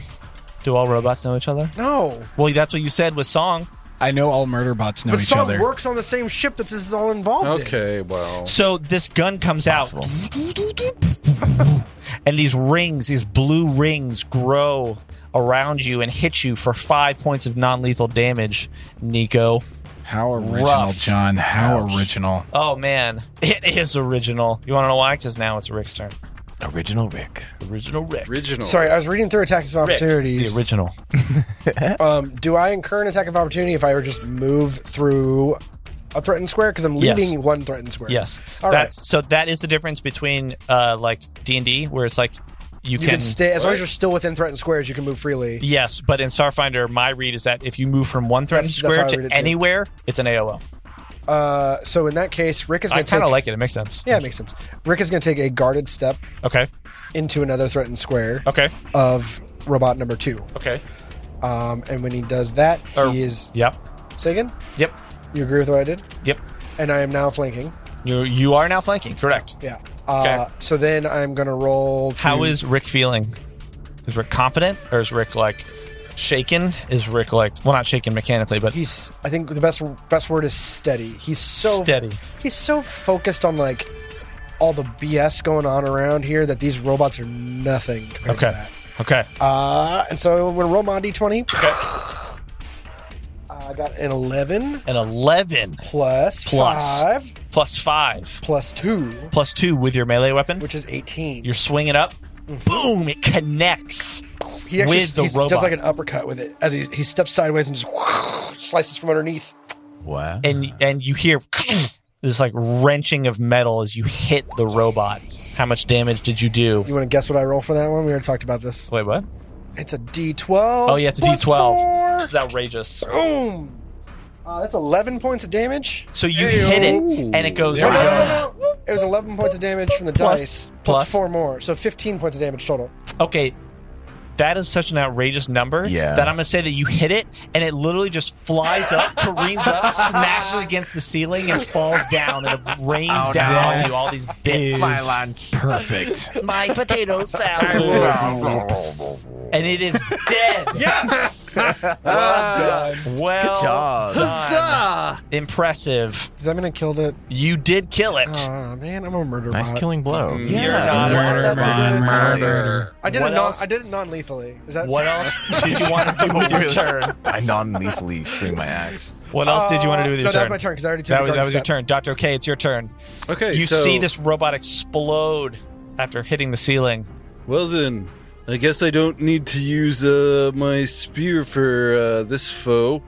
Speaker 2: Do all robots know each other?
Speaker 4: No,
Speaker 2: Well, that's what you said with Song.
Speaker 7: I know all murder bots know
Speaker 4: but
Speaker 7: each
Speaker 4: Song
Speaker 7: other.
Speaker 4: works on the same ship that this is all involved in.
Speaker 5: Okay, well.
Speaker 2: So this gun comes out,
Speaker 6: Possible.
Speaker 2: and these rings, these blue rings, grow around you and hit you for five points of non-lethal damage, Nico.
Speaker 7: How original,
Speaker 2: Rough.
Speaker 7: John. How original.
Speaker 2: Oh man, it is original. You want to know why? Because now it's Rick's turn.
Speaker 6: Original Rick.
Speaker 2: Original Rick.
Speaker 5: Original.
Speaker 4: Sorry, I was reading through attacks of
Speaker 2: Rick,
Speaker 4: opportunities.
Speaker 2: The original.
Speaker 4: Um, do I incur an attack of opportunity if I were just move through a threatened square? Because I'm
Speaker 2: Yes.
Speaker 4: leaving one threatened square.
Speaker 2: Yes.
Speaker 4: All
Speaker 2: That's so. That is the difference between uh like D and D, where it's like you,
Speaker 4: You can, stay as long as you're still within threatened squares. You can move freely.
Speaker 2: Yes, but in Starfinder, my read is that if you move from one threatened
Speaker 4: That's- that's how
Speaker 2: square
Speaker 4: I
Speaker 2: to
Speaker 4: read it too.
Speaker 2: anywhere, it's an AOL.
Speaker 4: Uh, so in that case, Rick is
Speaker 2: I
Speaker 4: going to
Speaker 2: kind
Speaker 4: take.
Speaker 2: of like it. It makes sense.
Speaker 4: yeah, it makes sense. Rick is going to take a guarded step
Speaker 2: Okay.
Speaker 4: into another threatened square
Speaker 2: Okay.
Speaker 4: of robot number two.
Speaker 2: Okay.
Speaker 4: Um, and when he does that,
Speaker 2: Or-
Speaker 4: he is.
Speaker 2: Yep.
Speaker 4: Say again?
Speaker 2: Yep.
Speaker 4: You agree with what I did?
Speaker 2: Yep.
Speaker 4: And I am now flanking.
Speaker 2: You you are now flanking. Correct.
Speaker 4: Yeah. Uh,
Speaker 2: Okay.
Speaker 4: So then I'm going to roll. To,
Speaker 2: How is Rick feeling? Is Rick confident or is Rick like shaken? Is Rick like well not shaken mechanically, but
Speaker 4: he's? I think the best best word is steady. He's so
Speaker 2: Steady.
Speaker 4: He's so focused on like all the BS going on around here that these robots are nothing. Compared To
Speaker 2: okay.
Speaker 4: that.
Speaker 2: Okay.
Speaker 4: Uh, and so I'm going to roll my d20. I got an 11
Speaker 2: An eleven
Speaker 4: plus,
Speaker 2: Plus.
Speaker 4: five
Speaker 2: plus five
Speaker 4: plus two,
Speaker 2: plus two with your melee weapon.
Speaker 4: which is 18.
Speaker 2: You're swinging up.
Speaker 4: Mm-hmm.
Speaker 2: Boom! It connects.
Speaker 4: he actually
Speaker 2: with the
Speaker 4: he
Speaker 2: robot.
Speaker 4: does like an uppercut with it as he, he steps sideways and just slices from underneath.
Speaker 6: Wow.
Speaker 2: and and you hear this like wrenching of metal as you hit the robot. How much damage did you do?
Speaker 4: You want to guess what I roll for that one? We already talked about this.
Speaker 2: Wait, what?
Speaker 4: It's a D12.
Speaker 2: Oh yeah, it's a D
Speaker 4: plus
Speaker 2: twelve.
Speaker 4: four.
Speaker 2: This is outrageous.
Speaker 4: Boom. Uh, that's 11 points of damage.
Speaker 2: So you hit it and it goes
Speaker 4: No, no, no, no, no. It was 11 points of damage from the
Speaker 2: Plus-
Speaker 4: dice,
Speaker 2: plus-
Speaker 4: plus four more. So 15 points of damage total.
Speaker 2: Okay. that is such an outrageous number
Speaker 6: Yeah.
Speaker 2: that I'm gonna say that you hit it and it literally just flies up, careens up, smashes against the ceiling, and falls down and it rains down on you all these bits. My lunch,
Speaker 7: Perfect.
Speaker 2: my potato salad, and it is dead. yes, well done. Well,
Speaker 6: Good job.
Speaker 2: done. Impressive.
Speaker 4: Does that mean I killed it?
Speaker 2: You did kill it.
Speaker 4: Aw, man, I'm a murder
Speaker 6: Nice
Speaker 4: bot.
Speaker 6: killing blow.
Speaker 2: You're not a
Speaker 4: Murder,
Speaker 2: murder
Speaker 4: murder,
Speaker 2: bot.
Speaker 4: murder. I did
Speaker 2: What
Speaker 4: it non
Speaker 2: else?
Speaker 4: I did it non lethally. Is that
Speaker 2: What
Speaker 4: fair?
Speaker 2: else did you want to do with your
Speaker 6: Really?
Speaker 2: turn?
Speaker 6: I non-lethally swing my axe.
Speaker 2: What else did you want to do with your
Speaker 4: Uh, no,
Speaker 2: turn?
Speaker 4: that was my turn because I already took
Speaker 2: That
Speaker 4: the
Speaker 2: was,
Speaker 4: guard
Speaker 2: that was your
Speaker 4: step.
Speaker 2: turn. Dr. Okay, it's your turn.
Speaker 5: Okay,
Speaker 2: you
Speaker 5: so-
Speaker 2: see this robot explode after hitting the ceiling.
Speaker 5: Well then, I guess I don't need to use uh, my spear for uh, this foe.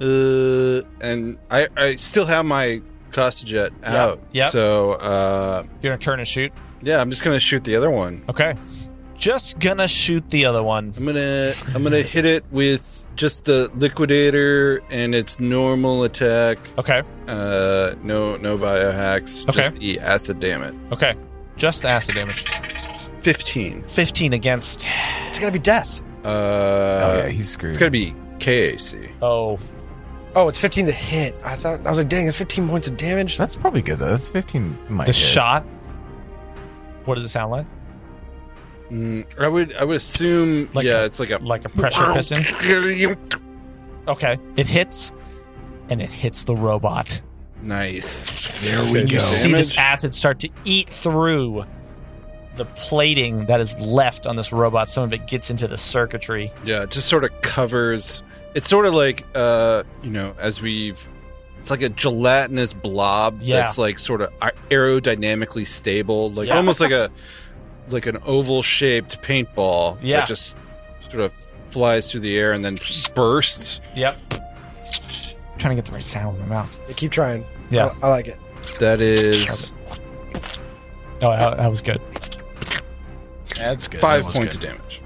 Speaker 5: Uh, and I, I still have my Costajet out.
Speaker 2: yeah.
Speaker 5: So, uh,
Speaker 2: You're going to turn and shoot.
Speaker 5: yeah, I'm just gonna shoot the other one.
Speaker 2: Okay. Just going to shoot the other one.
Speaker 5: I'm gonna I'm gonna hit it with just the liquidator and its normal attack.
Speaker 2: Okay.
Speaker 5: Uh, no no biohacks.
Speaker 2: Okay.
Speaker 5: Just the acid damage.
Speaker 2: Okay. Just the acid damage.
Speaker 5: Fifteen.
Speaker 2: 15 against.
Speaker 4: It's gonna be death.
Speaker 5: Uh,
Speaker 6: Oh yeah, he's screwed.
Speaker 5: it's gonna be KAC.
Speaker 2: Oh,
Speaker 4: Oh, it's 15 to hit. I thought I was like, dang, it's 15 points of damage.
Speaker 6: That's probably good though. That's 15.
Speaker 2: the
Speaker 6: Might hit.
Speaker 2: shot. What does it sound like?
Speaker 5: Mm, I would I would assume
Speaker 2: Like
Speaker 5: yeah,
Speaker 2: a-
Speaker 5: it's like a
Speaker 2: Like a pressure piston? Okay. It hits, and it hits the robot.
Speaker 5: Nice. There we
Speaker 2: You see this acid start to eat through the plating that is left on this robot. Some of it gets into the circuitry.
Speaker 5: Yeah, it just sort of covers. It's sort of like uh, you know, as we've. It's like a gelatinous blob
Speaker 2: Yeah.
Speaker 5: that's like sort of aer- aerodynamically stable, like
Speaker 2: Yeah.
Speaker 5: almost like a like an oval shaped paintball
Speaker 2: Yeah.
Speaker 5: that just sort of flies through the air and then bursts.
Speaker 2: Yep. trying to get the right sound in my mouth.
Speaker 4: Yeah, keep trying.
Speaker 2: Yeah.
Speaker 4: I, I like it.
Speaker 5: That is
Speaker 2: Oh, that, that was good.
Speaker 6: That's good.
Speaker 5: five
Speaker 6: That was
Speaker 5: points of
Speaker 6: good.
Speaker 5: damage.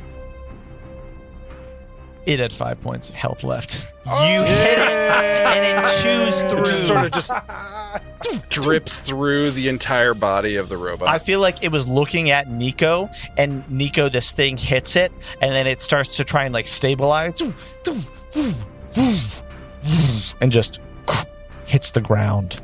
Speaker 2: It had five points of health left. you hit it, and it chews through.
Speaker 5: Oh, It just sort of just drips through the entire body of the robot.
Speaker 2: I feel like it was looking at Nico, and Nico, this thing hits it, and then it starts to try and like stabilize, and just hits the ground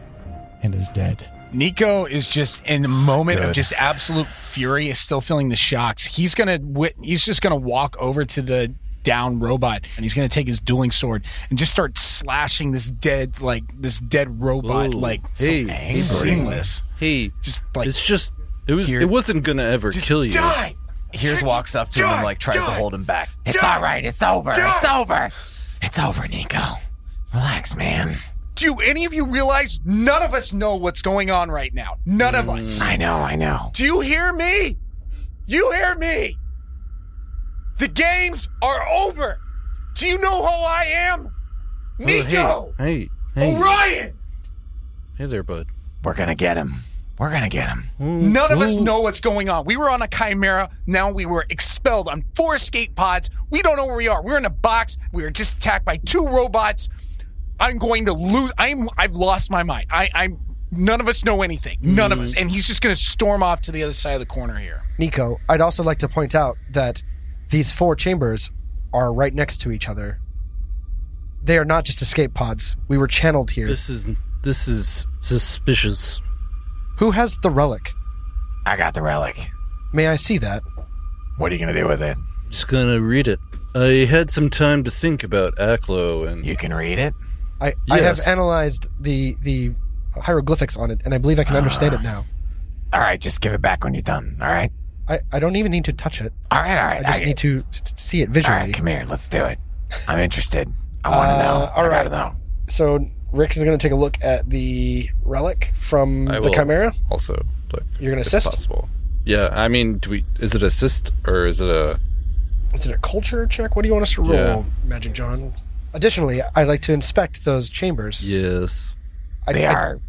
Speaker 2: and is dead.
Speaker 7: Nico is just in a moment of
Speaker 6: Good.
Speaker 7: just absolute fury, is still feeling the shocks. He's gonna wit- he's just gonna walk over to the down robot and he's gonna take his dueling sword and just start slashing this dead like this dead robot
Speaker 5: Ooh,
Speaker 7: like
Speaker 5: hey,
Speaker 7: so
Speaker 5: hey,
Speaker 7: seamless.
Speaker 5: hey,
Speaker 7: Just like
Speaker 5: it's just it was
Speaker 6: Here.
Speaker 5: it wasn't gonna ever kill you.
Speaker 7: die.
Speaker 6: Here's walks up to him and like tries to hold him back. It's all right. It's over. It's over. It's over, Nico. Relax, man.
Speaker 7: Do any of you realize none of us know what's going on right now? None of us.
Speaker 6: I know. I know.
Speaker 7: Do you hear me? You hear me? The games are over. Do you know who I am?
Speaker 5: Oh,
Speaker 7: Nico!
Speaker 5: Hey, hey, hey,
Speaker 7: Orion!
Speaker 5: hey there, bud.
Speaker 6: We're gonna get him. We're gonna get him.
Speaker 7: None of us know what's going on. We were on a chimera. Now we were expelled on four escape pods. We don't know where we are. We're in a box. We were just attacked by two robots. I'm going to lose. I'm. I've lost my mind. I, I'm. None of us know anything. None of us.
Speaker 6: Mm.
Speaker 7: And he's just going to storm off to the other side of the corner here.
Speaker 4: Nico, I'd also like to point out that these four chambers are right next to each other. They are not just escape pods. We were channeled here.
Speaker 5: This is this is suspicious.
Speaker 4: Who has the relic?
Speaker 6: I got the relic.
Speaker 4: May I see that?
Speaker 6: What are you gonna do with it?
Speaker 5: Just gonna read it. I had some time to think about Aklo, and
Speaker 6: You can read it.
Speaker 4: I, I have
Speaker 5: Yes.
Speaker 4: analyzed the the hieroglyphics on it, and I believe I can understand it now.
Speaker 6: All right. Just give it back when you're done. All right.
Speaker 4: I, I don't even need to touch it.
Speaker 6: All right. All
Speaker 4: I
Speaker 6: right.
Speaker 4: just need to s- s- see it visually.
Speaker 6: All right. Come here. Let's do it. I'm interested. I want to know.
Speaker 4: Uh, all
Speaker 6: I gotta
Speaker 4: right.
Speaker 6: know.
Speaker 4: So Rick is going to take a look at the relic from
Speaker 5: I
Speaker 4: the
Speaker 5: will
Speaker 4: chimera.
Speaker 5: also look.
Speaker 4: You're going to
Speaker 5: if
Speaker 4: assist.
Speaker 5: possible. Yeah, I mean, do we? Is it assist or is it a?
Speaker 4: Is it a culture check? What do you want us to roll,
Speaker 5: Yeah.
Speaker 4: Magic John? Additionally, I'd like to inspect those chambers.
Speaker 5: Yes.
Speaker 4: I,
Speaker 6: They
Speaker 4: I-
Speaker 6: are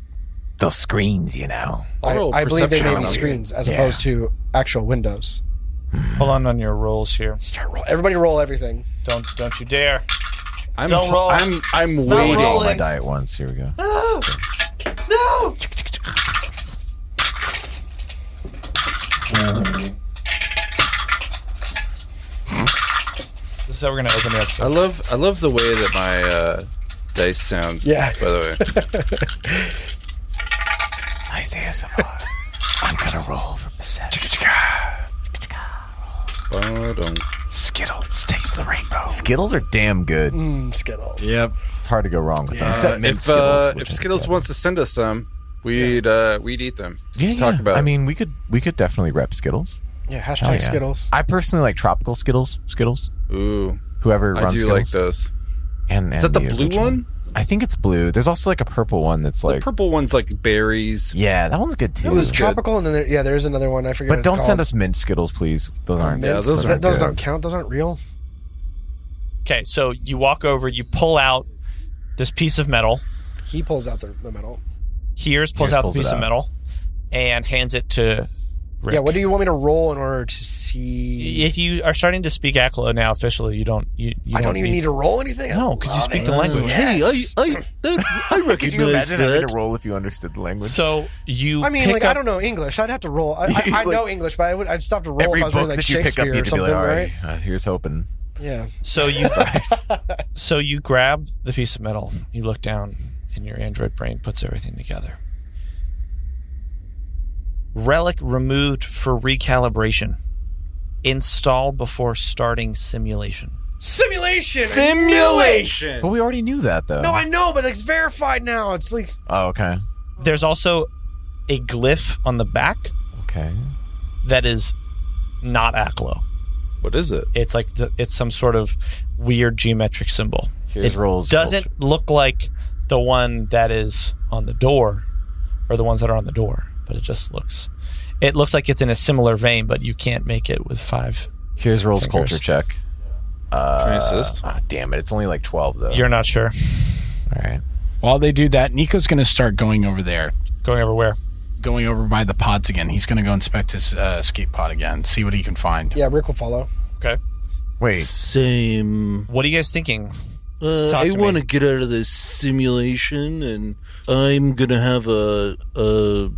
Speaker 6: those screens, you know.
Speaker 4: I, I believe they may
Speaker 6: on
Speaker 4: be
Speaker 6: them.
Speaker 4: screens as
Speaker 6: Yeah.
Speaker 4: opposed to actual windows.
Speaker 2: Hold on on your rolls here.
Speaker 4: Start roll. Everybody roll everything.
Speaker 2: Don't don't you dare.
Speaker 5: I'm,
Speaker 2: Don't roll.
Speaker 5: I'm I'm waiting.
Speaker 2: rolling.
Speaker 6: I die at once. Here we go.
Speaker 2: is how we're gonna open the episode.
Speaker 5: I love I love the way that my uh, dice sounds.
Speaker 4: Yeah.
Speaker 5: By the way,
Speaker 6: Nice ASMR. I'm gonna roll for perception.
Speaker 5: Ba-dum.
Speaker 6: Skittles taste the rainbow. Skittles are damn good.
Speaker 4: Mm, Skittles.
Speaker 5: Yep.
Speaker 6: It's hard to go wrong with them.
Speaker 5: Uh,
Speaker 6: Except mint
Speaker 5: if
Speaker 6: Skittles.
Speaker 5: uh,
Speaker 6: which
Speaker 5: if
Speaker 6: is
Speaker 5: Skittles
Speaker 6: good.
Speaker 5: wants to send us some, we'd uh, we'd eat them.
Speaker 6: yeah,
Speaker 5: talk
Speaker 6: yeah.
Speaker 5: about.
Speaker 6: I
Speaker 5: it.
Speaker 6: mean, we could we could definitely rep Skittles.
Speaker 4: Yeah,
Speaker 6: Hell
Speaker 4: hashtag
Speaker 6: yeah.
Speaker 4: Skittles.
Speaker 6: I personally like tropical Skittles. Skittles.
Speaker 5: ooh,
Speaker 6: Whoever
Speaker 5: I
Speaker 6: runs
Speaker 5: do
Speaker 6: Skittles.
Speaker 5: like those.
Speaker 6: And, and
Speaker 5: Is that the blue
Speaker 6: original.
Speaker 5: one?
Speaker 6: I think it's blue. There's also like a purple one that's
Speaker 5: the
Speaker 6: like
Speaker 5: purple one's like berries.
Speaker 6: yeah, that one's good too.
Speaker 4: It was
Speaker 5: good.
Speaker 4: tropical, and then there, yeah, there is another one. I forget. what
Speaker 6: but
Speaker 4: it's
Speaker 6: don't
Speaker 4: called. Um,
Speaker 6: send us mint Skittles, please. Those aren't.
Speaker 5: Yeah,
Speaker 4: Mints.
Speaker 5: those
Speaker 4: Th-
Speaker 5: aren't
Speaker 4: those
Speaker 5: good.
Speaker 4: don't count. Those aren't real.
Speaker 2: Okay, so you walk over, you pull out this piece of metal.
Speaker 4: He pulls out the, the metal.
Speaker 2: Here's pulls
Speaker 6: Hears
Speaker 2: out
Speaker 6: pulls it
Speaker 2: the piece of
Speaker 6: out.
Speaker 2: metal and hands it to Rick.
Speaker 4: Yeah. What do you want me to roll in order to see?
Speaker 2: if you are starting to speak Aklo now officially, you don't. You, you
Speaker 4: I don't even need to roll anything.
Speaker 2: No, because you speak the
Speaker 5: Oh,
Speaker 2: language.
Speaker 5: Hey, I I, that, I
Speaker 6: Could you
Speaker 5: recognize
Speaker 6: imagine having to
Speaker 5: that.
Speaker 6: roll if you understood the language?
Speaker 2: So you.
Speaker 4: I mean,
Speaker 2: pick
Speaker 4: like
Speaker 2: up,
Speaker 4: I don't know English. I'd have to roll. I, I, I
Speaker 6: Like,
Speaker 4: know English, but I would. I'd stop to roll
Speaker 6: Every
Speaker 4: if I was reading
Speaker 6: book
Speaker 4: like
Speaker 6: that you pick
Speaker 4: Shakespeare
Speaker 6: up, you
Speaker 4: or
Speaker 6: to be
Speaker 4: something,
Speaker 6: like, all
Speaker 4: right?
Speaker 6: right, uh, here's hoping.
Speaker 4: Yeah.
Speaker 2: So you. so you grab the piece of metal. You look down, and your android brain puts everything together. Relic removed for recalibration. Install before starting simulation.
Speaker 4: Simulation.
Speaker 6: But we already knew that though.
Speaker 4: no, I know, but it's verified now. It's like
Speaker 6: Oh, okay.
Speaker 2: There's also a glyph on the back
Speaker 6: Okay.
Speaker 2: that is not Aklo.
Speaker 5: What is it?
Speaker 2: It's like the, it's some sort of weird geometric symbol.
Speaker 6: Here's
Speaker 2: it
Speaker 6: rolls.
Speaker 2: doesn't look like the one that is on the door or the ones that are on the door, but it just looks it looks like it's in a similar vein, but you can't make it with five.
Speaker 6: Here's rolls
Speaker 2: Fingers.
Speaker 6: culture check.
Speaker 5: Can I assist?
Speaker 6: Ah, damn it! It's only like twelve though.
Speaker 2: You're not sure.
Speaker 6: all right.
Speaker 7: While they do that, Nico's going to start going over there,
Speaker 2: Going everywhere.
Speaker 7: going over by the pods again. He's going to go inspect his uh, skate pod again, see what he can find.
Speaker 4: yeah, Rick will follow.
Speaker 2: Okay.
Speaker 6: Wait.
Speaker 5: Same.
Speaker 2: What are you guys thinking?
Speaker 5: Uh,
Speaker 2: Talk
Speaker 5: I
Speaker 2: to me.
Speaker 5: want to get out of this simulation, and I'm gonna have a, a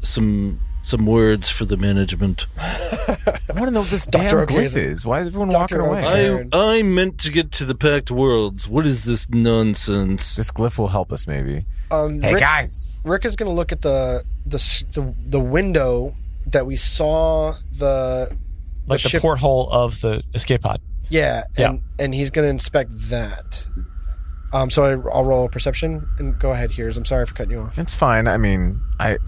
Speaker 5: some some words for the management.
Speaker 6: I want to know what this damn
Speaker 4: Dr.
Speaker 6: glyph
Speaker 4: O'Keefe.
Speaker 6: is. Why is everyone
Speaker 4: Dr.
Speaker 6: walking away?
Speaker 4: O'Keefe.
Speaker 5: I
Speaker 4: Jared.
Speaker 5: I meant to get to the packed worlds. What is this nonsense?
Speaker 6: This glyph will help us maybe.
Speaker 4: Um, Rick,
Speaker 6: guys.
Speaker 4: Rick is going to look at the the, s- the the window that we saw the
Speaker 2: Like the,
Speaker 4: ship-
Speaker 2: porthole of the escape pod.
Speaker 4: yeah
Speaker 2: Yeah.
Speaker 4: and and he's going to inspect that. Um, so I, I'll roll a perception and go ahead. Here's. I'm sorry for cutting you off.
Speaker 6: It's fine. I mean, I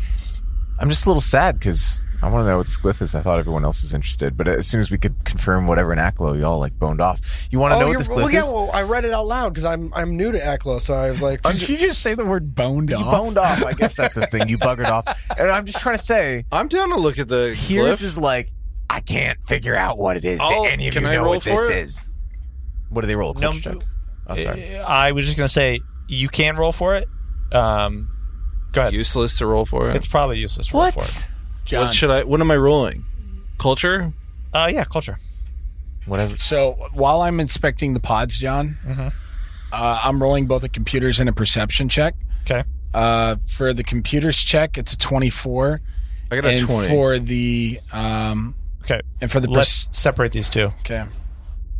Speaker 6: I'm just a little sad because I want to know what this glyph is. I thought everyone else was interested, but as soon as we could confirm whatever in Aklo, y'all like boned off. You want to know
Speaker 4: Oh,
Speaker 6: what
Speaker 4: you're-
Speaker 6: this glyph
Speaker 4: well, yeah.
Speaker 6: is?
Speaker 4: Well, I read it out loud because I'm I'm new to Aclo, so I was like,
Speaker 7: Did she just say the word boned
Speaker 4: Oh.
Speaker 6: You
Speaker 7: off?
Speaker 6: boned off. I guess that's a thing. You buggered off. And I'm just trying to say,
Speaker 5: I'm down to look at the
Speaker 6: here's
Speaker 5: glyph.
Speaker 6: is like I can't figure out what it is.
Speaker 5: I'll-
Speaker 6: Did any of
Speaker 5: Oh, can
Speaker 6: you
Speaker 5: I
Speaker 6: know
Speaker 5: roll
Speaker 6: what this
Speaker 5: for
Speaker 6: is?
Speaker 5: it?
Speaker 6: What do they roll? A
Speaker 2: No,
Speaker 6: culture check? Oh, sorry.
Speaker 2: Uh, I was just gonna say you can roll for it. Um go ahead.
Speaker 5: useless to roll for.
Speaker 2: It's probably useless to roll for it.
Speaker 5: What should I? What am I rolling? Culture.
Speaker 2: Uh yeah, culture.
Speaker 6: Whatever.
Speaker 7: So while I'm inspecting the pods, John,
Speaker 5: Mm-hmm.
Speaker 7: uh, I'm rolling both the computers and a perception check.
Speaker 2: Okay.
Speaker 7: Uh, for the computers check, it's a 24,
Speaker 5: I got a
Speaker 7: and
Speaker 5: twenty.
Speaker 7: for the um,
Speaker 2: Okay.
Speaker 7: and for the
Speaker 2: Let's
Speaker 7: pers-
Speaker 2: separate these two.
Speaker 7: okay.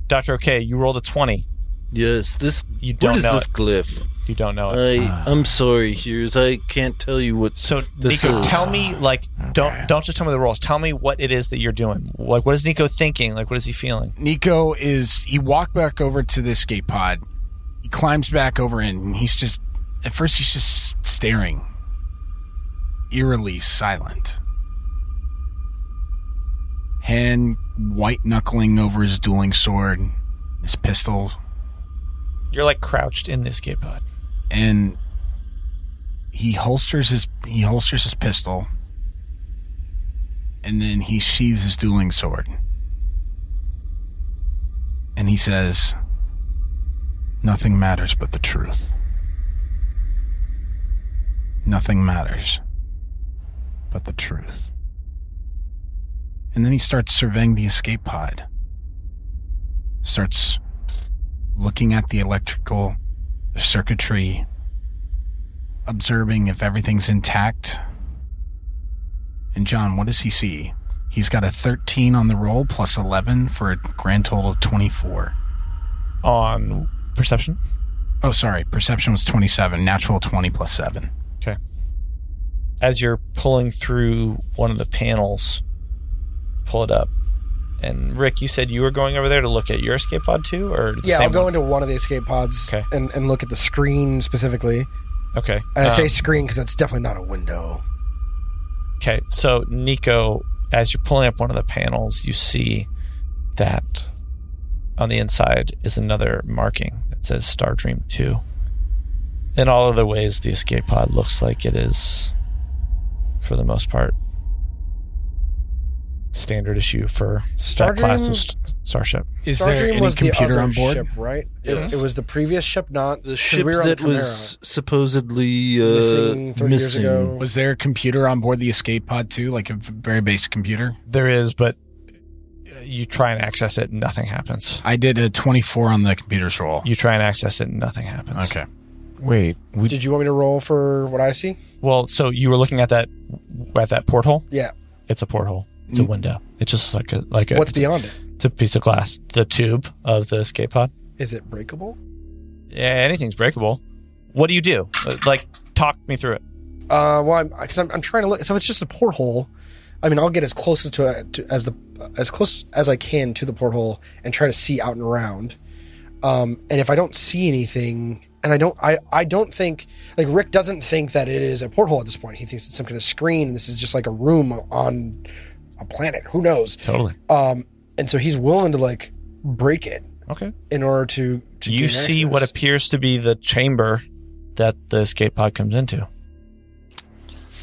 Speaker 2: Doctor OK, you rolled a twenty.
Speaker 5: Yes. This.
Speaker 2: You don't
Speaker 5: What is
Speaker 2: know
Speaker 5: this
Speaker 2: it.
Speaker 5: glyph?
Speaker 2: You don't know it.
Speaker 4: Uh,
Speaker 5: I I'm sorry, Here's I can't tell you what.
Speaker 2: So
Speaker 5: This
Speaker 2: Nico,
Speaker 5: is-
Speaker 2: tell me like don't don't just tell me the rules. Tell me what it is that you're doing. Like what is Nico thinking? Like what is he feeling?
Speaker 7: Nico is he walked back over to the skate pod. He climbs back over in, and he's just at first he's just staring, eerily silent, hand white knuckling over his dueling sword, his pistols,
Speaker 2: You're like crouched in this gate pod.
Speaker 7: and he holsters his he holsters his pistol, and then he sheathes his dueling sword, and he says, "Nothing matters but the truth. Nothing matters but the truth." And then he starts surveying the escape pod. Starts looking at the electrical circuitry, observing if everything's intact. And John, what does he see? He's got a 13 on the roll plus 11 for a grand total of 24.
Speaker 2: on perception.
Speaker 7: Oh, sorry. Perception was 27. Natural 20 plus 7.
Speaker 2: as you're pulling through one of the panels, pull it up. And Rick, you said you were going over there to look at your escape pod too, or the
Speaker 4: Yeah,
Speaker 2: same
Speaker 4: I'll go
Speaker 2: one?
Speaker 4: into one of the escape pods
Speaker 2: Okay.
Speaker 4: and, and look at the screen specifically.
Speaker 2: Okay,
Speaker 4: And I say
Speaker 7: Uh-huh.
Speaker 2: Um,
Speaker 4: screen because that's definitely not a window.
Speaker 2: okay. So Nico, as you're pulling up one of the panels, you see that on the inside is another marking that says Star Dream Two. In all other ways, the escape pod looks like it is, for the most part, standard issue for
Speaker 4: Star
Speaker 2: that class
Speaker 4: Dream-
Speaker 2: of st- starship.
Speaker 7: Is
Speaker 4: Star
Speaker 7: there
Speaker 4: Dream
Speaker 7: any
Speaker 4: was the
Speaker 7: computer
Speaker 4: other
Speaker 7: on board?
Speaker 4: Ship, right?
Speaker 5: Yes.
Speaker 4: It, it was the previous ship, not
Speaker 5: The
Speaker 4: 'cause
Speaker 5: ship
Speaker 4: we were on
Speaker 5: that
Speaker 4: Chimera,
Speaker 5: was supposedly uh,
Speaker 4: missing thirty years
Speaker 5: missing.
Speaker 4: ago.
Speaker 7: Was there a computer on board the escape pod too, like a very basic computer?
Speaker 2: There is, but uh, you try and access it, nothing happens.
Speaker 7: I did a 24 on the computer's roll.
Speaker 2: You try and access it, nothing happens.
Speaker 7: Okay.
Speaker 6: Wait, we
Speaker 4: Did you want me to roll for what I see?
Speaker 2: Well, so you were looking at that at that porthole.
Speaker 4: Yeah.
Speaker 2: It's a porthole. It's
Speaker 5: Mm.
Speaker 2: a window. It's just like a like a
Speaker 4: What's beyond it?
Speaker 2: it's a piece of glass. The tube of the escape pod.
Speaker 4: Is it breakable?
Speaker 2: Yeah, anything's breakable. What do you do? Uh, Like, talk me through it.
Speaker 4: Uh, well, I'm, cause I'm, I'm trying to look. So it's just a porthole. I mean, I'll get as close to, it- to as the as close as I can to the porthole and try to see out and around. Um, and if I don't see anything, and I don't, I, I don't think like Rick doesn't think that it is a porthole at this point. He thinks it's some kind of screen. And this is just like a room on a planet. Who knows?
Speaker 2: Totally.
Speaker 4: Um, and so he's willing to like break it
Speaker 2: Okay.
Speaker 4: in order to. to
Speaker 2: you
Speaker 4: gain
Speaker 2: see
Speaker 4: access.
Speaker 2: what appears to be the chamber that the escape pod comes into.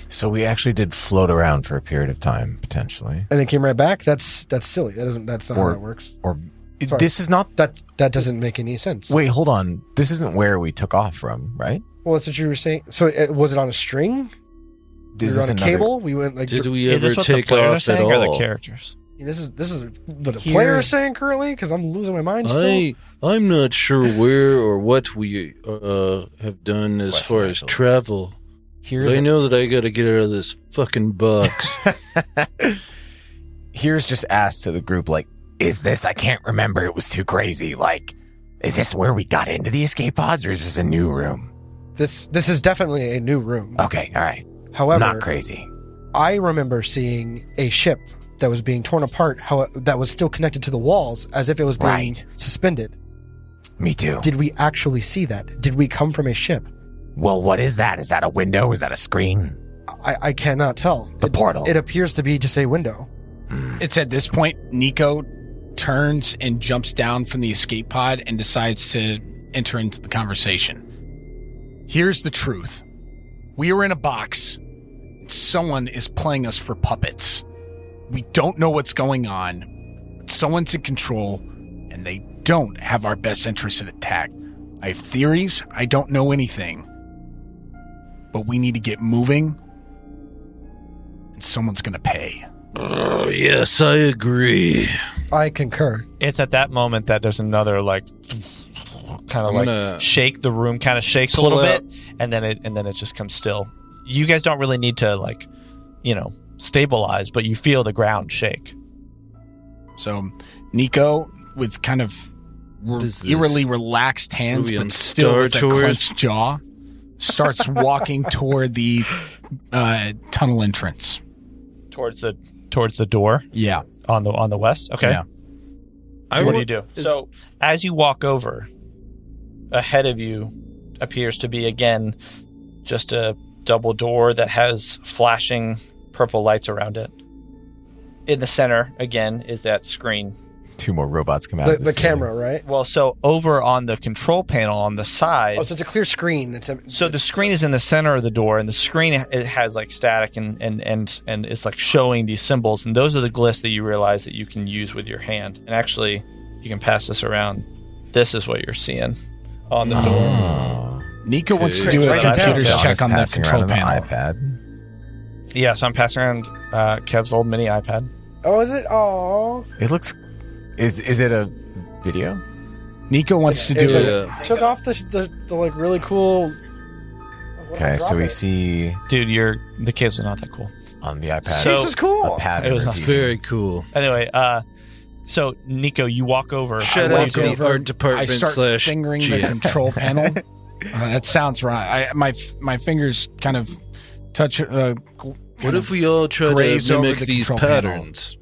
Speaker 6: so we actually did float around for a period of time potentially.
Speaker 4: and then came right back. That's that's silly. That doesn't. That's not how
Speaker 6: Or-
Speaker 4: that works.
Speaker 6: Or
Speaker 4: Sorry.
Speaker 6: this is not
Speaker 4: That that doesn't make any sense.
Speaker 6: Wait, hold on. This isn't where we took off from, right?
Speaker 4: Well, that's what you were saying. So it, was it on a string?
Speaker 6: Is
Speaker 4: we were
Speaker 6: this
Speaker 4: on a
Speaker 6: another-
Speaker 4: cable? We went like.
Speaker 5: Did
Speaker 4: dir-
Speaker 5: we
Speaker 2: Is
Speaker 5: ever
Speaker 2: this what the
Speaker 5: take
Speaker 2: players are
Speaker 5: off at
Speaker 2: saying, or the
Speaker 5: all?
Speaker 2: characters?
Speaker 4: this is this is what the
Speaker 5: Here's-
Speaker 4: player is saying currently because I'm losing my mind still.
Speaker 5: I I'm not sure where or what we uh, have done as
Speaker 6: Left
Speaker 5: far as
Speaker 6: Michael.
Speaker 5: travel.
Speaker 6: Here's
Speaker 5: But I
Speaker 6: a-
Speaker 5: know that I got to get out of this fucking box.
Speaker 6: here's just asked to the group like, is this? I can't remember. It was too crazy. Like, is this where we got into the escape pods, or is this a new room?
Speaker 4: This this is definitely a new room.
Speaker 6: Okay, all right,
Speaker 4: However,
Speaker 6: Uh, not crazy.
Speaker 4: I remember seeing a ship that was being torn apart. How that was still connected to the walls as if it was being
Speaker 6: Right.
Speaker 4: suspended.
Speaker 6: Me too.
Speaker 4: Did we actually see that? Did we come from a ship?
Speaker 6: Well, what is that? Is that a window? Is that a screen?
Speaker 4: I, I cannot tell.
Speaker 6: The
Speaker 4: it,
Speaker 6: portal.
Speaker 4: It appears to be just a window.
Speaker 7: It's at this point Nico turns and jumps down from the escape pod and decides to enter into the conversation. Here's the truth. We are in a box. Someone is playing us for puppets. We don't know what's going on. Someone's in control and they don't have our best interests at attack. I have theories. I don't know anything. But we need to get moving and someone's going to pay.
Speaker 5: oh, yes, I agree.
Speaker 4: I concur.
Speaker 2: it's at that moment that there's another like kind of
Speaker 5: I'm
Speaker 2: like
Speaker 5: gonna
Speaker 2: shake the room kind of shakes a
Speaker 5: pull
Speaker 2: little
Speaker 5: out-
Speaker 2: bit and then it and then it just comes still you guys don't really need to like you know stabilize but you feel the ground shake
Speaker 7: So Nico with kind of
Speaker 5: What is this?
Speaker 7: eerily relaxed hands
Speaker 5: Are we on
Speaker 7: but still
Speaker 5: Star
Speaker 7: with a
Speaker 5: Tours?
Speaker 7: clenched jaw starts walking toward the uh, tunnel entrance.
Speaker 2: towards the towards the door
Speaker 7: Yeah.
Speaker 2: on the on the west okay
Speaker 7: Yeah.
Speaker 5: I
Speaker 2: what do
Speaker 5: wa-
Speaker 2: you do
Speaker 5: is-
Speaker 2: so as you walk over ahead of you appears to be again just a double door that has flashing purple lights around it in the center again is that screen
Speaker 6: Two more robots come out.
Speaker 4: The,
Speaker 6: of
Speaker 4: the
Speaker 6: this ceiling.
Speaker 4: camera, right?
Speaker 2: Well, so over on the control panel on the side.
Speaker 4: Oh, so it's a clear screen. It's a,
Speaker 2: so the screen is in the center of the door, and the screen it has like static and and and and it's like showing these symbols, and those are the glyphs that you realize that you can use with your hand. And actually, you can pass this around. This is what you're seeing on the door.
Speaker 7: Ah. Nico wants to
Speaker 5: Okay.
Speaker 7: do a
Speaker 2: Write it down.
Speaker 7: computer's
Speaker 2: Yeah,
Speaker 7: check on the
Speaker 6: Passing
Speaker 7: control
Speaker 6: around an
Speaker 7: panel.
Speaker 6: iPad.
Speaker 2: Yeah, so I'm passing around uh, Kev's old mini iPad.
Speaker 4: oh, is it? Oh,
Speaker 6: It looks. Is is it a video?
Speaker 7: Nico wants to
Speaker 4: Yeah,
Speaker 7: do
Speaker 4: it's
Speaker 7: it.
Speaker 4: like-
Speaker 5: Yeah.
Speaker 4: took off the, the the like really cool.
Speaker 6: Okay, so we see
Speaker 2: Dude, you're the kids are not that cool.
Speaker 6: on the iPad.
Speaker 2: So-
Speaker 4: this is cool.
Speaker 6: a pattern
Speaker 2: It was not-
Speaker 5: It's
Speaker 6: repeating.
Speaker 5: very cool.
Speaker 2: Anyway, uh, So, Nico, you walk over.
Speaker 5: Shut
Speaker 2: I
Speaker 5: up,
Speaker 2: walk
Speaker 5: to the
Speaker 2: over.
Speaker 5: art department
Speaker 7: I start
Speaker 5: slash
Speaker 7: fingering the
Speaker 5: GM.
Speaker 7: control panel. Uh, that sounds wrong. I, my f- my fingers kind of touch. Uh, gl-
Speaker 5: What
Speaker 7: kind
Speaker 5: if we all try
Speaker 7: graze
Speaker 5: to
Speaker 7: over
Speaker 5: mimic
Speaker 7: the
Speaker 5: these
Speaker 7: control panel.
Speaker 5: patterns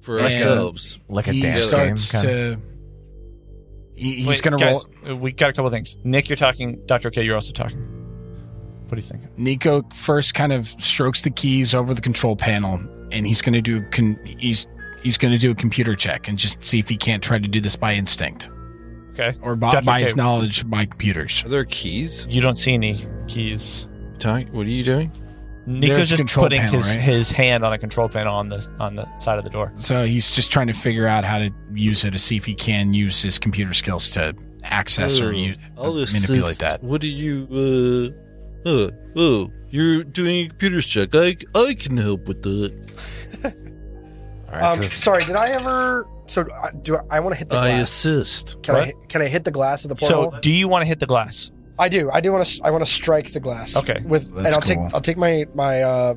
Speaker 5: for
Speaker 7: And-
Speaker 5: uh, ourselves?
Speaker 6: Like a
Speaker 7: he
Speaker 6: dance game.
Speaker 7: starts
Speaker 6: Kind of.
Speaker 7: to? He, he's
Speaker 2: Wait,
Speaker 7: gonna
Speaker 2: guys,
Speaker 7: roll.
Speaker 2: uh, We got a couple things. Nick, you're talking. Doctor K, you're also talking. What do you think?
Speaker 7: Nico first kind of strokes the keys over the control panel, and he's gonna do. Con- he's he's gonna do a computer check and just see if he can't try to do this by instinct.
Speaker 2: Okay.
Speaker 7: Or by,
Speaker 2: That's
Speaker 7: by
Speaker 2: okay.
Speaker 7: his knowledge by computers.
Speaker 5: Are there keys?
Speaker 2: You don't see any keys.
Speaker 5: Ty, what are you doing?
Speaker 2: Nico's
Speaker 7: There's a
Speaker 2: just
Speaker 7: control
Speaker 2: putting
Speaker 7: panel,
Speaker 2: his,
Speaker 7: right?
Speaker 2: his hand on a control panel on the on the side of the door.
Speaker 7: So he's just trying to figure out how to use it to see if he can use his computer skills to access or
Speaker 5: Oh,
Speaker 7: use,
Speaker 5: I'll
Speaker 7: manipulate
Speaker 5: assist.
Speaker 7: that.
Speaker 5: What are you? Uh, uh, oh, you're doing a computers check. I I can help with that.
Speaker 6: All right,
Speaker 4: Um,
Speaker 6: so this-
Speaker 4: sorry, did I ever? So uh, do I, I want to hit the
Speaker 5: I
Speaker 4: glass?
Speaker 5: assist.
Speaker 4: Can I
Speaker 2: What?
Speaker 4: hit- can I hit the glass of the portal?
Speaker 2: So, do you want to hit the glass?
Speaker 4: I do. I do want to. I want to strike the glass.
Speaker 2: Okay.
Speaker 4: With and
Speaker 6: That's
Speaker 4: I'll
Speaker 6: cool.
Speaker 4: take I'll take my my uh,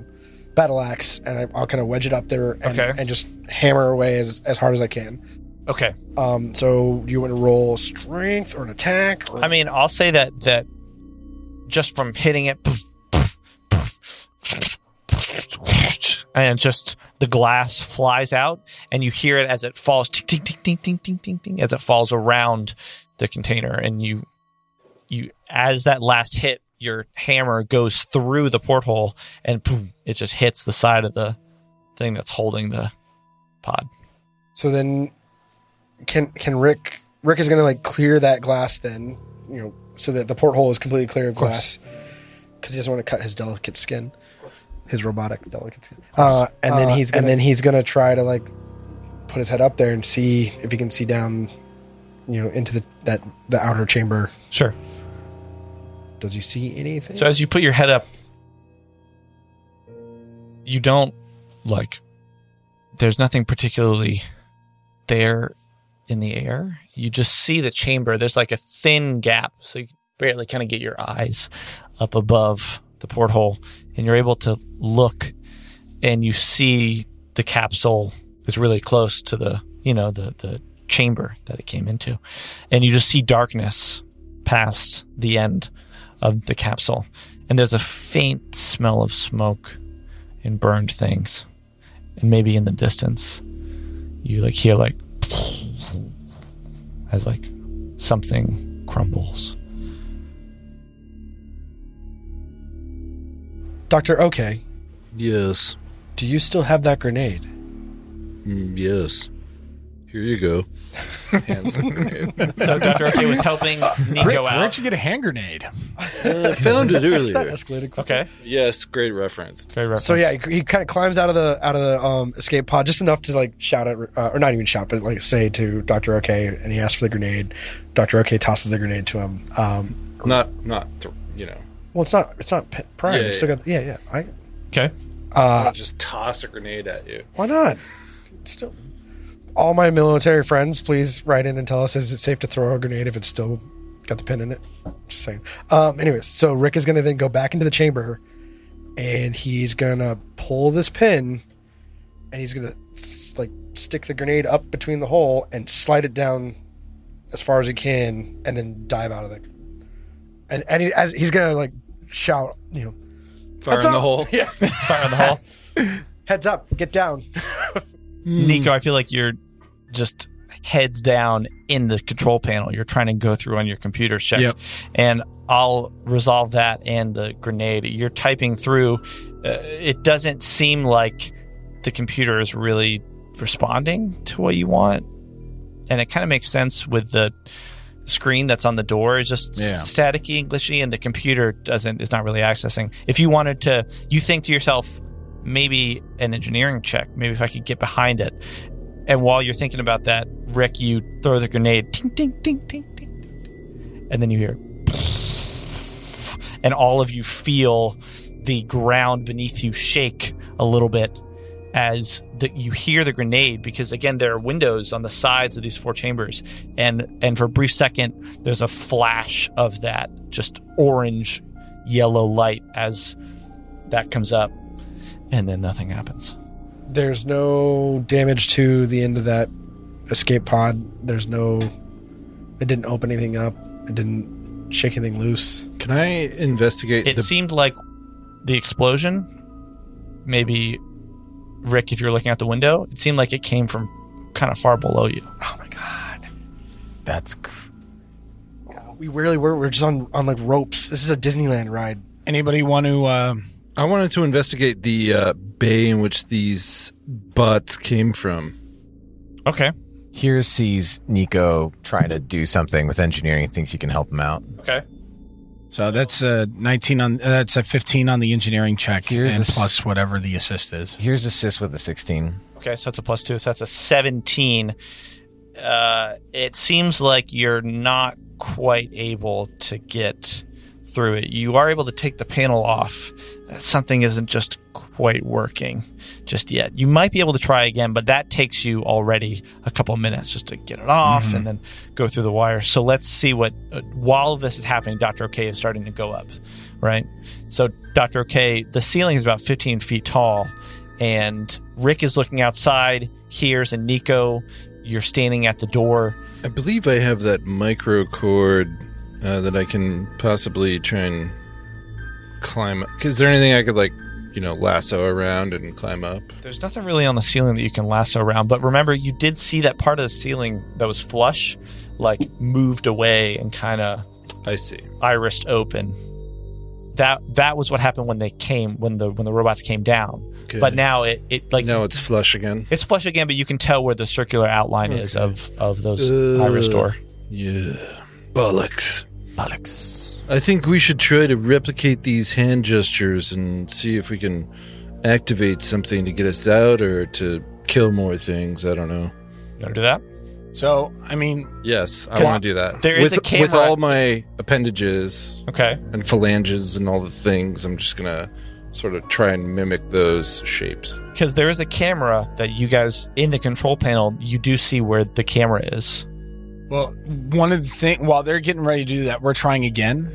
Speaker 4: battle axe and I, I'll kind of wedge it up there and,
Speaker 2: Okay.
Speaker 4: and just hammer away as as hard as I can.
Speaker 2: Okay.
Speaker 4: Um. So do you want to roll strength or an attack? Or,
Speaker 2: I mean, I'll say that that just from hitting it, and just the glass flies out, and you hear it as it falls, tick, tick, tick, tick, tick, tick, tick, tick, as it falls around the container, and you you as that last hit, your hammer goes through the porthole, and boom, it just hits the side of the thing that's holding the pod.
Speaker 4: so then, can can Rick Rick is gonna like clear that glass then you know so that the porthole is completely clear of, glass because he doesn't want to cut his delicate skin, his robotic delicate skin. Uh, and then he's gonna, and then he's gonna try to like put his head up there and see if he can see down, you know, into the that the outer chamber.
Speaker 2: Sure.
Speaker 4: Does he see anything?
Speaker 2: So as you put your head up, you don't like. There's nothing particularly there in the air. You just see the chamber. There's like a thin gap, so you can barely kind of get your eyes up above the porthole, and you're able to look, and you see the capsule is really close to the you know the the chamber that it came into, and you just see darkness past the end of the capsule, and there's a faint smell of smoke and burned things. And maybe in the distance, you like hear like as like something crumbles.
Speaker 4: Doctor, okay.
Speaker 5: Yes,
Speaker 4: Do you still have that grenade?
Speaker 5: Mm, yes. Here you go. Uh, Hands the grenade.
Speaker 2: So Dr. Okay was helping
Speaker 7: Rick,
Speaker 2: Nico
Speaker 7: where'd
Speaker 2: out.
Speaker 7: you get a hand grenade?
Speaker 5: Uh, I found it earlier.
Speaker 4: Escalated quick.
Speaker 2: Okay.
Speaker 5: Yes, great reference.
Speaker 4: So yeah, he, he kind of climbs out of the out of the um, escape pod just enough to like shout at, uh, or not even shout, but like say to Doctor OK, and he asks for the grenade. Doctor OK tosses the grenade to him. Um,
Speaker 5: Not not th- you know.
Speaker 4: well, it's not it's not pe- prime.
Speaker 5: Yeah,
Speaker 4: it's
Speaker 5: yeah.
Speaker 4: still got yeah yeah. I,
Speaker 2: Okay.
Speaker 5: I
Speaker 4: uh,
Speaker 5: don't just toss a grenade at you.
Speaker 4: why not? Still, all my military friends, please write in and tell us is it safe to throw a grenade if it's still got the pin in it? Just saying. Um, anyways, so Rick is gonna then go back into the chamber, and he's gonna pull this pin, and he's gonna like stick the grenade up between the hole and slide it down as far as he can, and then dive out of the. And and he, as, he's gonna like shout, you know,
Speaker 5: Fire
Speaker 4: That's
Speaker 5: in the
Speaker 4: all-
Speaker 5: hole. Yeah.
Speaker 2: Fire in the hall.
Speaker 4: heads up, get down.
Speaker 7: Hmm.
Speaker 2: Nico, I feel like you're just heads down in the control panel. You're trying to go through on your computer check.
Speaker 7: Yep.
Speaker 2: And I'll resolve that and the grenade. You're typing through. Uh, it doesn't seem like the computer is really responding to what you want. And it kind of makes sense with the screen that's on the door is just
Speaker 7: Yeah.
Speaker 2: staticky and glitchy and the computer doesn't is not really accessing. If you wanted to you think to yourself, maybe an engineering check, maybe if I could get behind it. And while you're thinking about that, Rick, you throw the grenade, ting, ting, ting, ting, ting, and then you hear, and all of you feel the ground beneath you shake a little bit as the, you hear the grenade because again there are windows on the sides of these four chambers and and for a brief second there's a flash of that just orange yellow light as that comes up and then nothing happens
Speaker 4: There's no damage to the end of that escape pod. There's no. It didn't open anything up. It didn't shake anything loose.
Speaker 5: Can I investigate
Speaker 2: It
Speaker 5: the
Speaker 2: seemed like the explosion, maybe Rick, if you're looking out the window, it seemed like it came from kind of far below you.
Speaker 6: That's cr-
Speaker 4: We really were. We're just on on like ropes. This is a Disneyland ride.
Speaker 7: Anybody want to? Uh,
Speaker 5: I wanted to investigate the uh, bay in which these bots came from.
Speaker 2: Okay.
Speaker 6: here sees Nico trying to do something with engineering. Thinks you can help him out.
Speaker 2: Okay.
Speaker 7: so that's a nineteen on. Uh, that's a fifteen on the engineering check,
Speaker 6: Here's
Speaker 7: and
Speaker 6: a s-
Speaker 7: plus whatever the assist is.
Speaker 6: Here's assist with a sixteen.
Speaker 2: Okay, so that's a plus two, so that's a seventeen. Uh, it seems like you're not quite able to get through it. You are able to take the panel off. Uh, Something isn't just quite working just yet. You might be able to try again, but that takes you already a couple minutes just to get it off and then go through the wire. So let's see what uh, while this is happening, Doctor OK is starting to go up, right? So Doctor OK, the ceiling is about 15 feet tall and Rick is looking outside, hears, and Nico, you're standing at the door.
Speaker 5: I believe I have that micro cord uh, that I can possibly try and climb. up. Is there anything I could like, you know, lasso around and climb up?
Speaker 2: There's nothing really on the ceiling that you can lasso around, but remember, you did see that part of the ceiling that was flush, like moved away and kind of
Speaker 5: I see.
Speaker 2: irised open. That that was what happened when they came when the when the robots came down.
Speaker 5: Okay.
Speaker 2: But now it it like
Speaker 5: now it's flush again.
Speaker 2: it's flush again, but you can tell where the circular outline is
Speaker 5: Okay.
Speaker 2: of of those
Speaker 5: Uh,
Speaker 2: irised door.
Speaker 5: Yeah. Bollocks. Bollocks. I think we should try to replicate these hand gestures and see if we can activate something to get us out or to kill more things. I don't know.
Speaker 2: You want to do that?
Speaker 7: So I mean,
Speaker 5: Yes, I
Speaker 2: 'Cause
Speaker 5: want to do that.
Speaker 2: there is
Speaker 5: with,
Speaker 2: a camera-
Speaker 5: With all my appendages
Speaker 2: Okay.
Speaker 5: and phalanges and all the things, I'm just going to sort of try and mimic those shapes.
Speaker 2: because there is a camera that you guys in the control panel you do see where the camera is
Speaker 7: well, one of the thing while they're getting ready to do that, we're trying again.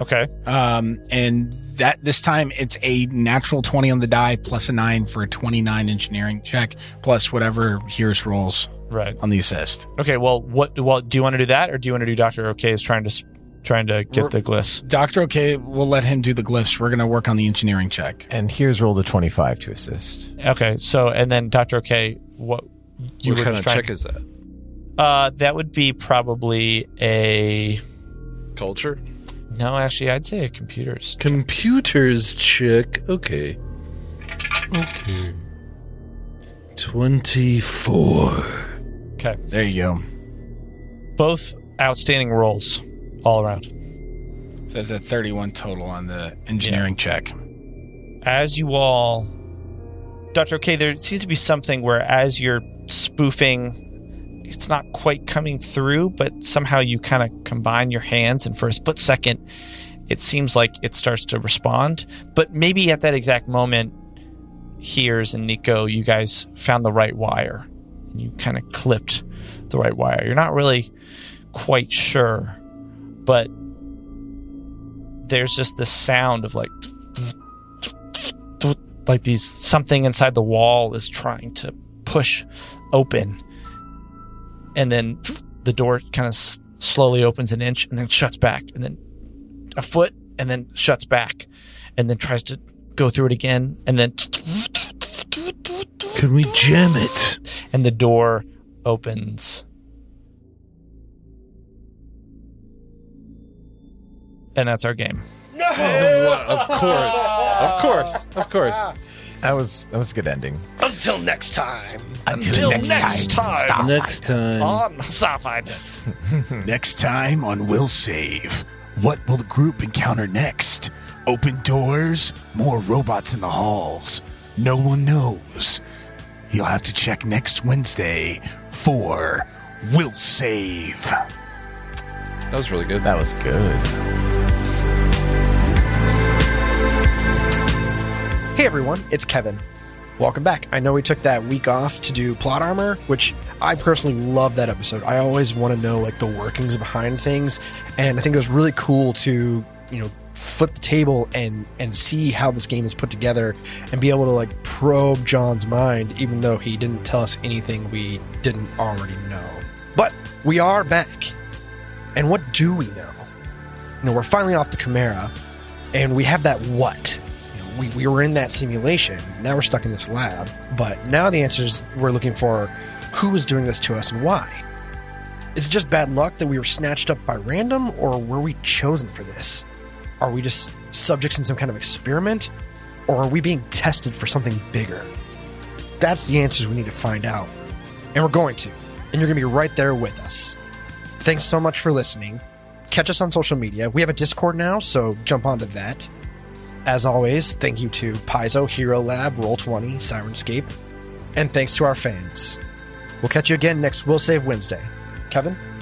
Speaker 2: okay
Speaker 7: Um, and that this time it's a natural 20 on the die plus a nine for a 29 engineering check plus whatever here's rolls
Speaker 2: right
Speaker 7: on the assist.
Speaker 2: okay well what well do you want to do that or do you want to do dr okay is trying to s- trying to get
Speaker 7: We're-
Speaker 2: the gliss
Speaker 7: Dr. OK, we'll let him do the glyphs. We're going to work on the engineering check.
Speaker 6: And here's roll to twenty five to assist.
Speaker 2: okay so and then dr okay what you
Speaker 5: what
Speaker 2: were
Speaker 5: kind of
Speaker 2: trying-
Speaker 5: check is that?
Speaker 2: uh that would be probably a
Speaker 5: Culture?
Speaker 2: no actually i'd say a computer's
Speaker 5: Computers check. Okay. Okay. 24.
Speaker 2: okay
Speaker 6: There you go.
Speaker 2: both outstanding rolls all around
Speaker 7: So that's a 31 total on the engineering check.
Speaker 2: as you all Dr. K, there seems to be something where as you're spoofing, it's not quite coming through, but somehow you kind of combine your hands and for a split second it seems like it starts to respond. But maybe at that exact moment, Hears and Nico, you guys found the right wire. And you kind of clipped the right wire. You're not really quite sure, but there's just this sound of like like these something inside the wall is trying to push open and then the door kind of s- slowly opens an inch and then shuts back and then a foot and then shuts back and then tries to go through it again and then
Speaker 5: Can we jam it?
Speaker 2: and the door opens and that's our game
Speaker 5: of course. Of course. Of course.
Speaker 6: That was that was a good ending.
Speaker 1: Until next time.
Speaker 2: until next, time,
Speaker 5: Next time.
Speaker 2: on Sapphibus.
Speaker 1: Hmm. Next time on Will Save, what will the group encounter next? Open doors, more robots in the halls. No one knows. You'll have to check next Wednesday for Will Save.
Speaker 5: That was really good.
Speaker 6: That was good.
Speaker 4: Hey everyone, it's Kevin. Welcome back. I know we took that week off to do plot armor, which I personally love that episode. I always want to know like the workings behind things, and I think it was really cool to, you know, flip the table and and see how this game is put together and be able to like probe John's mind even though he didn't tell us anything we didn't already know. But we are back. And what do we know? You know, we're finally off the Chimera and we have that what? You know, we, we were in that simulation. Now we're stuck in this lab. But now the answers we're looking for are who was doing this to us and why. Is it just bad luck that we were snatched up by random, or were we chosen for this? Are we just subjects in some kind of experiment, or are we being tested for something bigger? That's the answers we need to find out. And we're going to. And you're going to be right there with us. Thanks so much for listening. Catch us on social media. We have a Discord now, so jump onto that. As always, thank you to Paizo, Hero Lab, Roll20, Sirenscape, and thanks to our fans. We'll catch you again next Will Save Wednesday. Kevin?